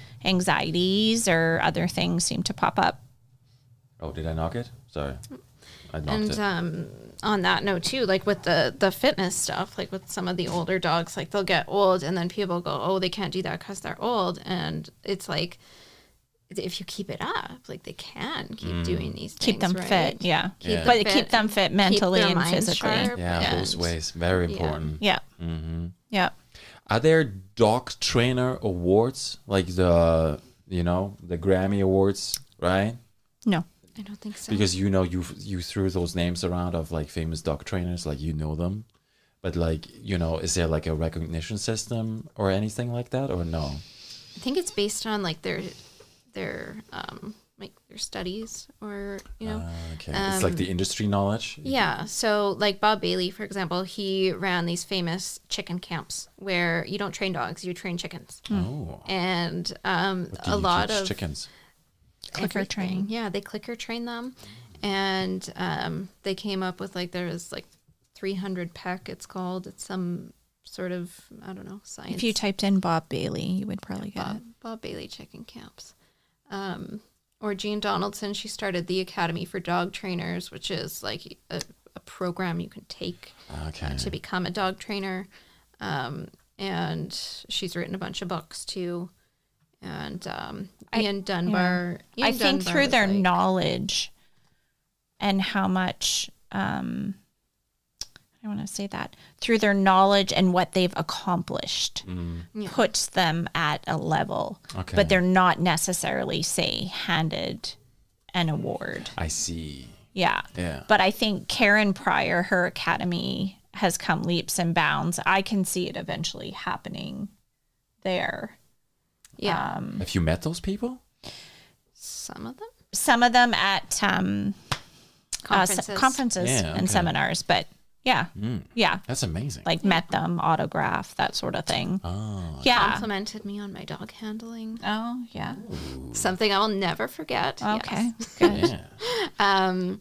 anxieties or other things seem to pop up.
Oh, did I knock it? Sorry. I knocked
And
it.
um, on that note too, like with the the fitness stuff, like with some of the older dogs, like they'll get old, and then people go, "Oh, they can't do that because they're old," and it's like if you keep it up, like they can keep doing these.
Keep
things,
them
right?
fit. Yeah.
Yeah.
them
But
fit
keep them fit mentally
their
and
minds
physically.
sharp
yeah, Mm-hmm.
and-
both ways. Very important.
Yeah. Yeah.
Are there dog trainer awards like the you know the Grammy awards, right?
No.
I don't think so.
Because you know you you threw those names around of like famous dog trainers, like you know them, but like you know, is there like a recognition system or anything like that, or no?
I think it's based on like their their um like their studies or you know
Okay, it's like the industry knowledge.
Yeah. So, like Bob Bailey, for example, he ran these famous chicken camps where you don't train dogs, you train chickens.
Oh,
And um,
Do you
a lot
teach
of
chickens.
Clicker
everything.
training.
Yeah, they clicker train them. And um, they came up with like, there was like 300 peck, it's called. It's some sort of, I don't know, science.
If you typed in Bob Bailey, you would probably get
Bob,
it.
Bob Bailey chicken camps. Um, or Jean Donaldson, she started the Academy for Dog Trainers, which is like a, a program you can take
Okay,
to become a dog trainer. Um, and she's written a bunch of books too. And um, Ian Dunbar.
I
Ian
think
Dunbar
through
was
their
like-
knowledge and how much um, I want to say that through their knowledge and what they've accomplished puts them at a level,
Mm. Okay.
but they're not necessarily say handed an award.
I see.
Yeah.
Yeah.
But I think Karen Pryor, her academy has come leaps and bounds. I can see it eventually happening there. uh, Um,
Yeah.
Have you met those people?
some of them.
Some of them at um, uh,
Conferences.
se- conferences
Yeah, okay. Hmm.
and seminars, but yeah, yeah,
That's amazing.
like met them, autograph, that sort of thing.
oh,
yeah.
Complimented me on my dog handling.
Oh, yeah.
Something I will never forget. yes.
Okay. Good.
yeah.
um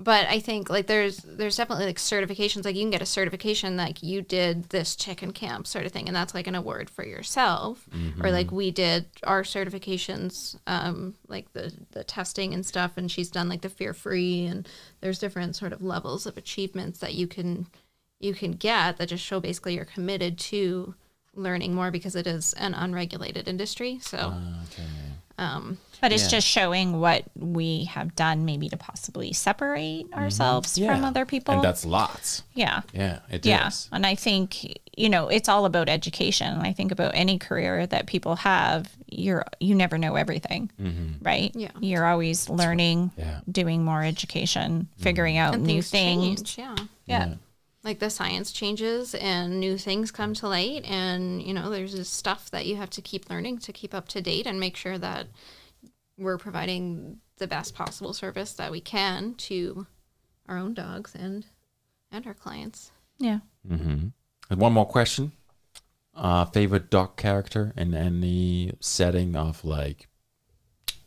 but i think like there's there's definitely like certifications like you can get a certification like you did this chicken camp sort of thing and that's like an award for yourself or like we did our certifications um like the the testing and stuff and she's done like the fear free and there's different sort of levels of achievements that you can you can get that just show basically you're committed to learning more because it is an unregulated industry so
Okay.
But it's
Yeah.
just showing what we have done, maybe to possibly separate ourselves from other people.
Mm-hmm. And that's lots.
yeah.
Yeah, it is.
Yeah. And I think, you know, it's all about education. And I think about any career that people have, you're, you never know everything, right?
Yeah.
You're always learning,
Mm-hmm. Yeah. Mm-hmm.
doing more education, figuring out
and
new
things
things.
change yeah
Yeah.
like the science changes and new things come to light and you know there's this stuff that you have to keep learning to keep up to date and make sure that we're providing the best possible service that we can to our own dogs and and our clients
Yeah.
Mm-hmm. And one more question. Uh, favorite dog character in any setting of like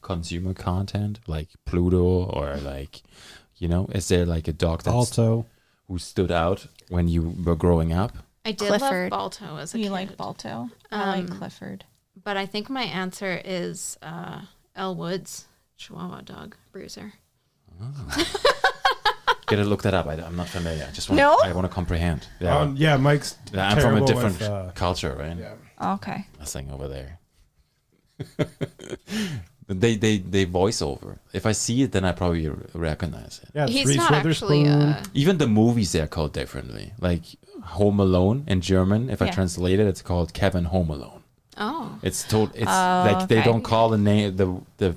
consumer content, like Pluto or like, you know, is there like a dog that's,
Also,
who stood out when you were growing up?
i did love
Clifford.
balto as a
You
kid
like Balto? I like Clifford.
but i think my answer is uh l woods chihuahua dog bruiser
Get to look that up. I, am not familiar. I just want.
No?
I want to comprehend. Yeah,
Um, yeah, Mike's.
I'm from a
terrible
different
With, uh,
culture, right?
yeah.
Okay.
A thing over there. they they they voice over. If I see it, then I probably r- recognize it.
yeah, it's
he's
Reese
not actually
Witherspoon.
uh
Even the movies they're called differently. Like Home Alone in German. If I
Yeah.
translate it, it's called Kevin Home Alone.
oh
It's told. It's
Oh,
like they
okay.
don't call the name the the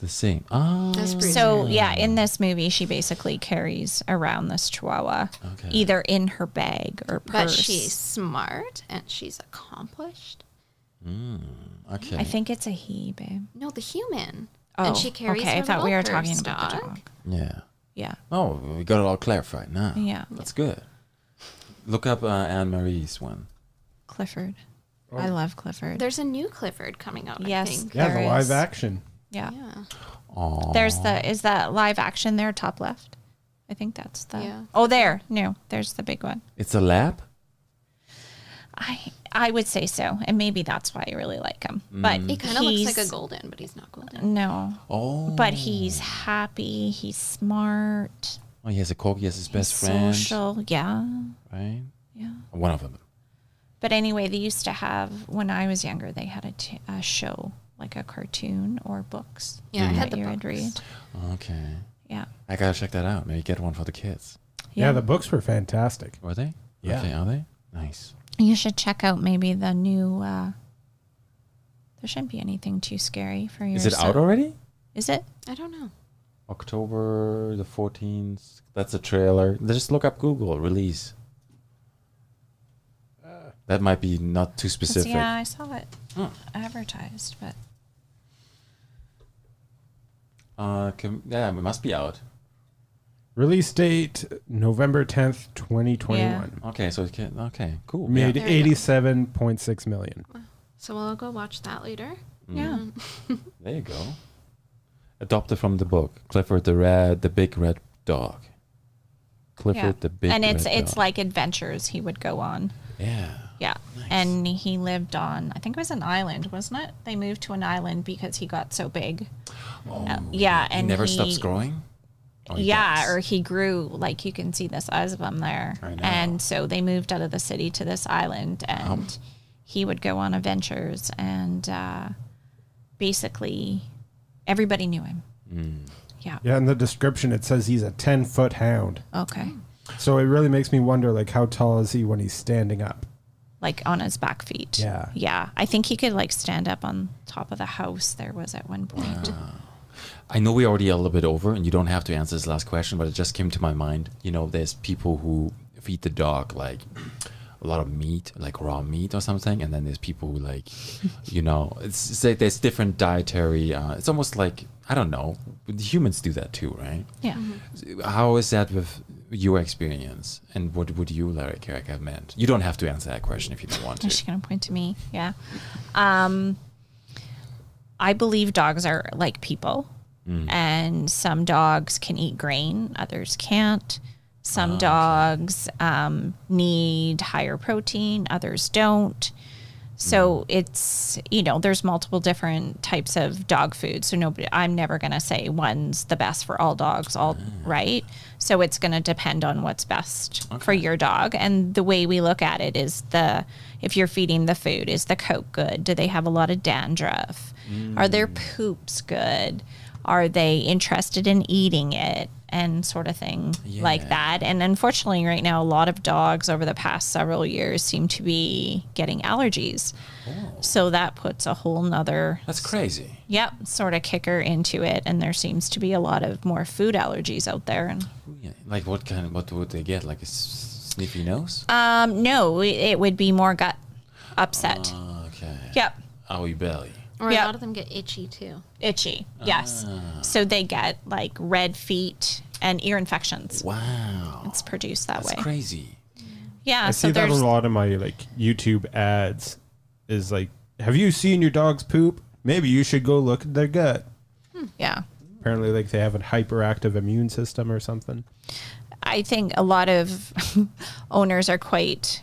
the same. Ah,
that's bruiser.
So yeah, in this movie, she basically carries around this chihuahua,
Okay.
either in her bag or purse.
but she's smart and she's accomplished
okay.
I think it's a he, babe.
no the human
Oh,
and she carries
okay.
her
I thought we were
little
talking
purse
about the
dog.
dog.
yeah.
Yeah.
Oh, we got it all clarified now.
Yeah.
That's good. Look up uh, Anne Marie's one.
Clifford. I love Clifford.
There's a new Clifford coming out.
Yes.
I think.
Oh. Yeah, the
There
live
is.
action.
yeah.
Yeah.
Oh,
There's the is that live action there top left? I think that's the
Yeah.
Oh there. No, there's the big one.
it's a lab.
I I would say so. And maybe that's why I really like him. But
Mm. He kind of looks like a
he's-
golden, but he's not golden.
No.
Oh,
But he's happy, he's smart,
oh, he has a corgi as his best friend,
social. Yeah.
right?
Yeah.
One of them.
But anyway, they used to have when I was younger. They had a, t- a show like a cartoon or books.
Yeah, I
that
had the
you would
books.
read.
Okay,
Yeah.
I gotta check that out. Maybe get one for the kids.
Yeah. the books were fantastic.
Were they?
Yeah.
Okay, are they? Nice.
You should check out maybe the new. Uh, there shouldn't be anything too scary for your.
Is it
son.
out already?
Is it?
I don't know.
October the fourteenth. That's a trailer. Just look up Google release. That might be not too
'Cause,
specific.
Yeah, I saw it
Hmm.
advertised, but
Uh, can, yeah, it must be out.
Release date November 10th, 2021.
Okay, so it can. Okay, cool.
Made
yeah.
There you go.
87.6 million.
So we'll go watch that later. Mm.
yeah,
There you go. Adopted from the book Clifford the Red, the Big Red Dog. Clifford
yeah.
the Big
and it's
Red
it's
Dog.
like adventures he would go on.
yeah.
Yeah.
Nice.
And he lived on, I think it was an island, wasn't it? They moved to an island because he got so big. Uh, yeah.
Oh, He
And
never
he,
stops growing. Or he
yeah.
does?
Or he grew, like you can see the size of him there.
I know.
And so they moved out of the city to this island and he would go on adventures and uh, basically everybody knew him.
Hmm.
Yeah.
Yeah, in the description it says he's a 10 foot hound.
Okay.
So it really makes me wonder, like, how tall is he when he's standing up?
Like on his back feet.
Yeah.
Yeah. I think he could like stand up on top of the house there was at one point.
I know we already are a little bit over, and you don't have to answer this last question, but it just came to my mind. You know, there's people who feed the dog like a lot of meat, like raw meat or something, and then there's people who like, you know, it's, it's like there's different dietary. Uh, it's almost like I don't know. Humans do that too, right?
Yeah.
How is that with your experience, and what would you, Larry, recommend? You don't have to answer that question if you don't want
Is
to.
she going to point to me? Yeah. Um, I believe dogs are like people, and some dogs can eat grain, others can't. Some dogs um, need higher protein, others don't. So it's, you know, there's multiple different types of dog food. So nobody, I'm never going to say one's the best for all dogs, all right. So it's going to depend on what's best for your dog. And the way we look at it is the, if you're feeding the food, is the coat good? Do they have a lot of dandruff? Are their poops good? Are they interested in eating it? And sort of thing like
Yeah.
that that. And unfortunately, right now, a lot of dogs over the past several years seem to be getting allergies. So that puts a whole nother,
That's crazy.
yep, sort of kicker into it. And there seems to be a lot of more food allergies out there. And
Yeah, Like what kind? What would they get? Like a s- Sniffy nose?
Um, no, it would be more gut upset.
Uh. okay.
yep.
Owie belly.
Or
Yeah.
a lot of them get itchy too.
Itchy. Yes. So they get like red feet and ear infections.
Wow.
It's produced that
That's
way.
crazy.
Yeah.
I
Uh, so
see that
there's
a lot in my like YouTube ads. Is like, have you seen your dog's poop? Maybe you should go look at their gut.
yeah.
Apparently, like they have a hyperactive immune system or something.
I think a lot of owners are quite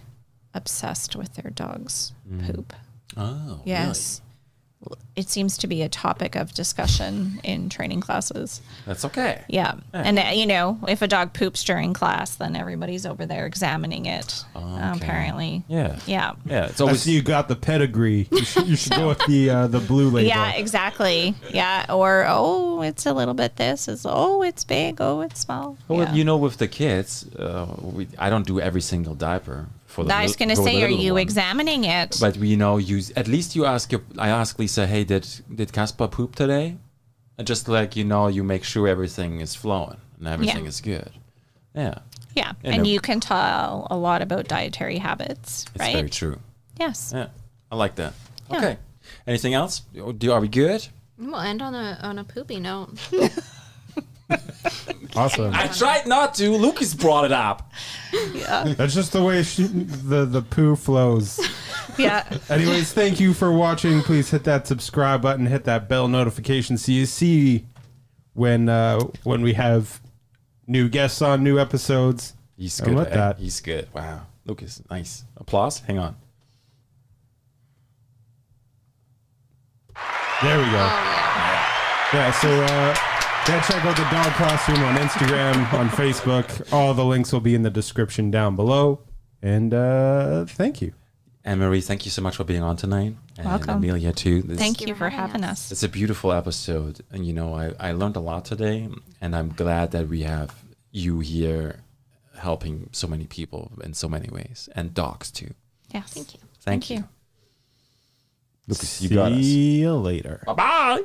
obsessed with their dogs'
Mm.
poop.
Oh.
Yes. It seems to be a topic of discussion in training classes.
really? That's okay.
Yeah.
Eh.
And, uh, you know, if a dog poops during class, then everybody's over there examining it, uh,
Okay.
apparently.
Yeah.
Yeah.
Yeah. It's
I
always
see you got the pedigree. You should, you should go with the uh, the blue label.
Yeah, exactly. Yeah. Or, oh, it's a little bit this. Is oh, it's big. Oh, it's small.
Well,
yeah.
you know, with the kids, uh, we, I don't do every single diaper for the.
I was
lit-
going to
for the
say, are
little
you
one.
examining it?
But we know you. At least you ask your. I ask Lisa, hey, did did Caspar poop today? And just like you know, you make sure everything is flowing and everything is good. Yeah,
yeah.
you
and
know.
you can tell a lot about dietary habits,
it's
right?
very true.
Yes.
Yeah, I like that.
Yeah.
Okay. Anything else? Oh, Do are we good?
We'll end on a on a poopy note.
Awesome.
I tried not to. Lucas brought it up.
That's just the way she, the the poo flows.
Yeah.
Anyways, thank you for watching. Please hit that subscribe button, hit that bell notification, so you see when uh, when we have new guests on, new episodes.
He's
And
good.
with
eh?
that-
He's good. Wow, Lucas, nice applause. Hang on.
There we go.
Oh yeah.
Yeah, so uh, yeah, check out the dog costume on Instagram, on Facebook. All the links will be in the description down below. And uh, thank you.
Anne Marie, thank you so much for being on tonight. And
Welcome.
Amelia, too. This,
Thank you for having us.
It's a beautiful episode. And, you know, I, I learned a lot today. And I'm glad that we have you here helping so many people in so many ways and dogs, too.
Yes. Thank you.
Thank,
Thank you.
Lucas, you
See
got us.
you later.
Bye bye.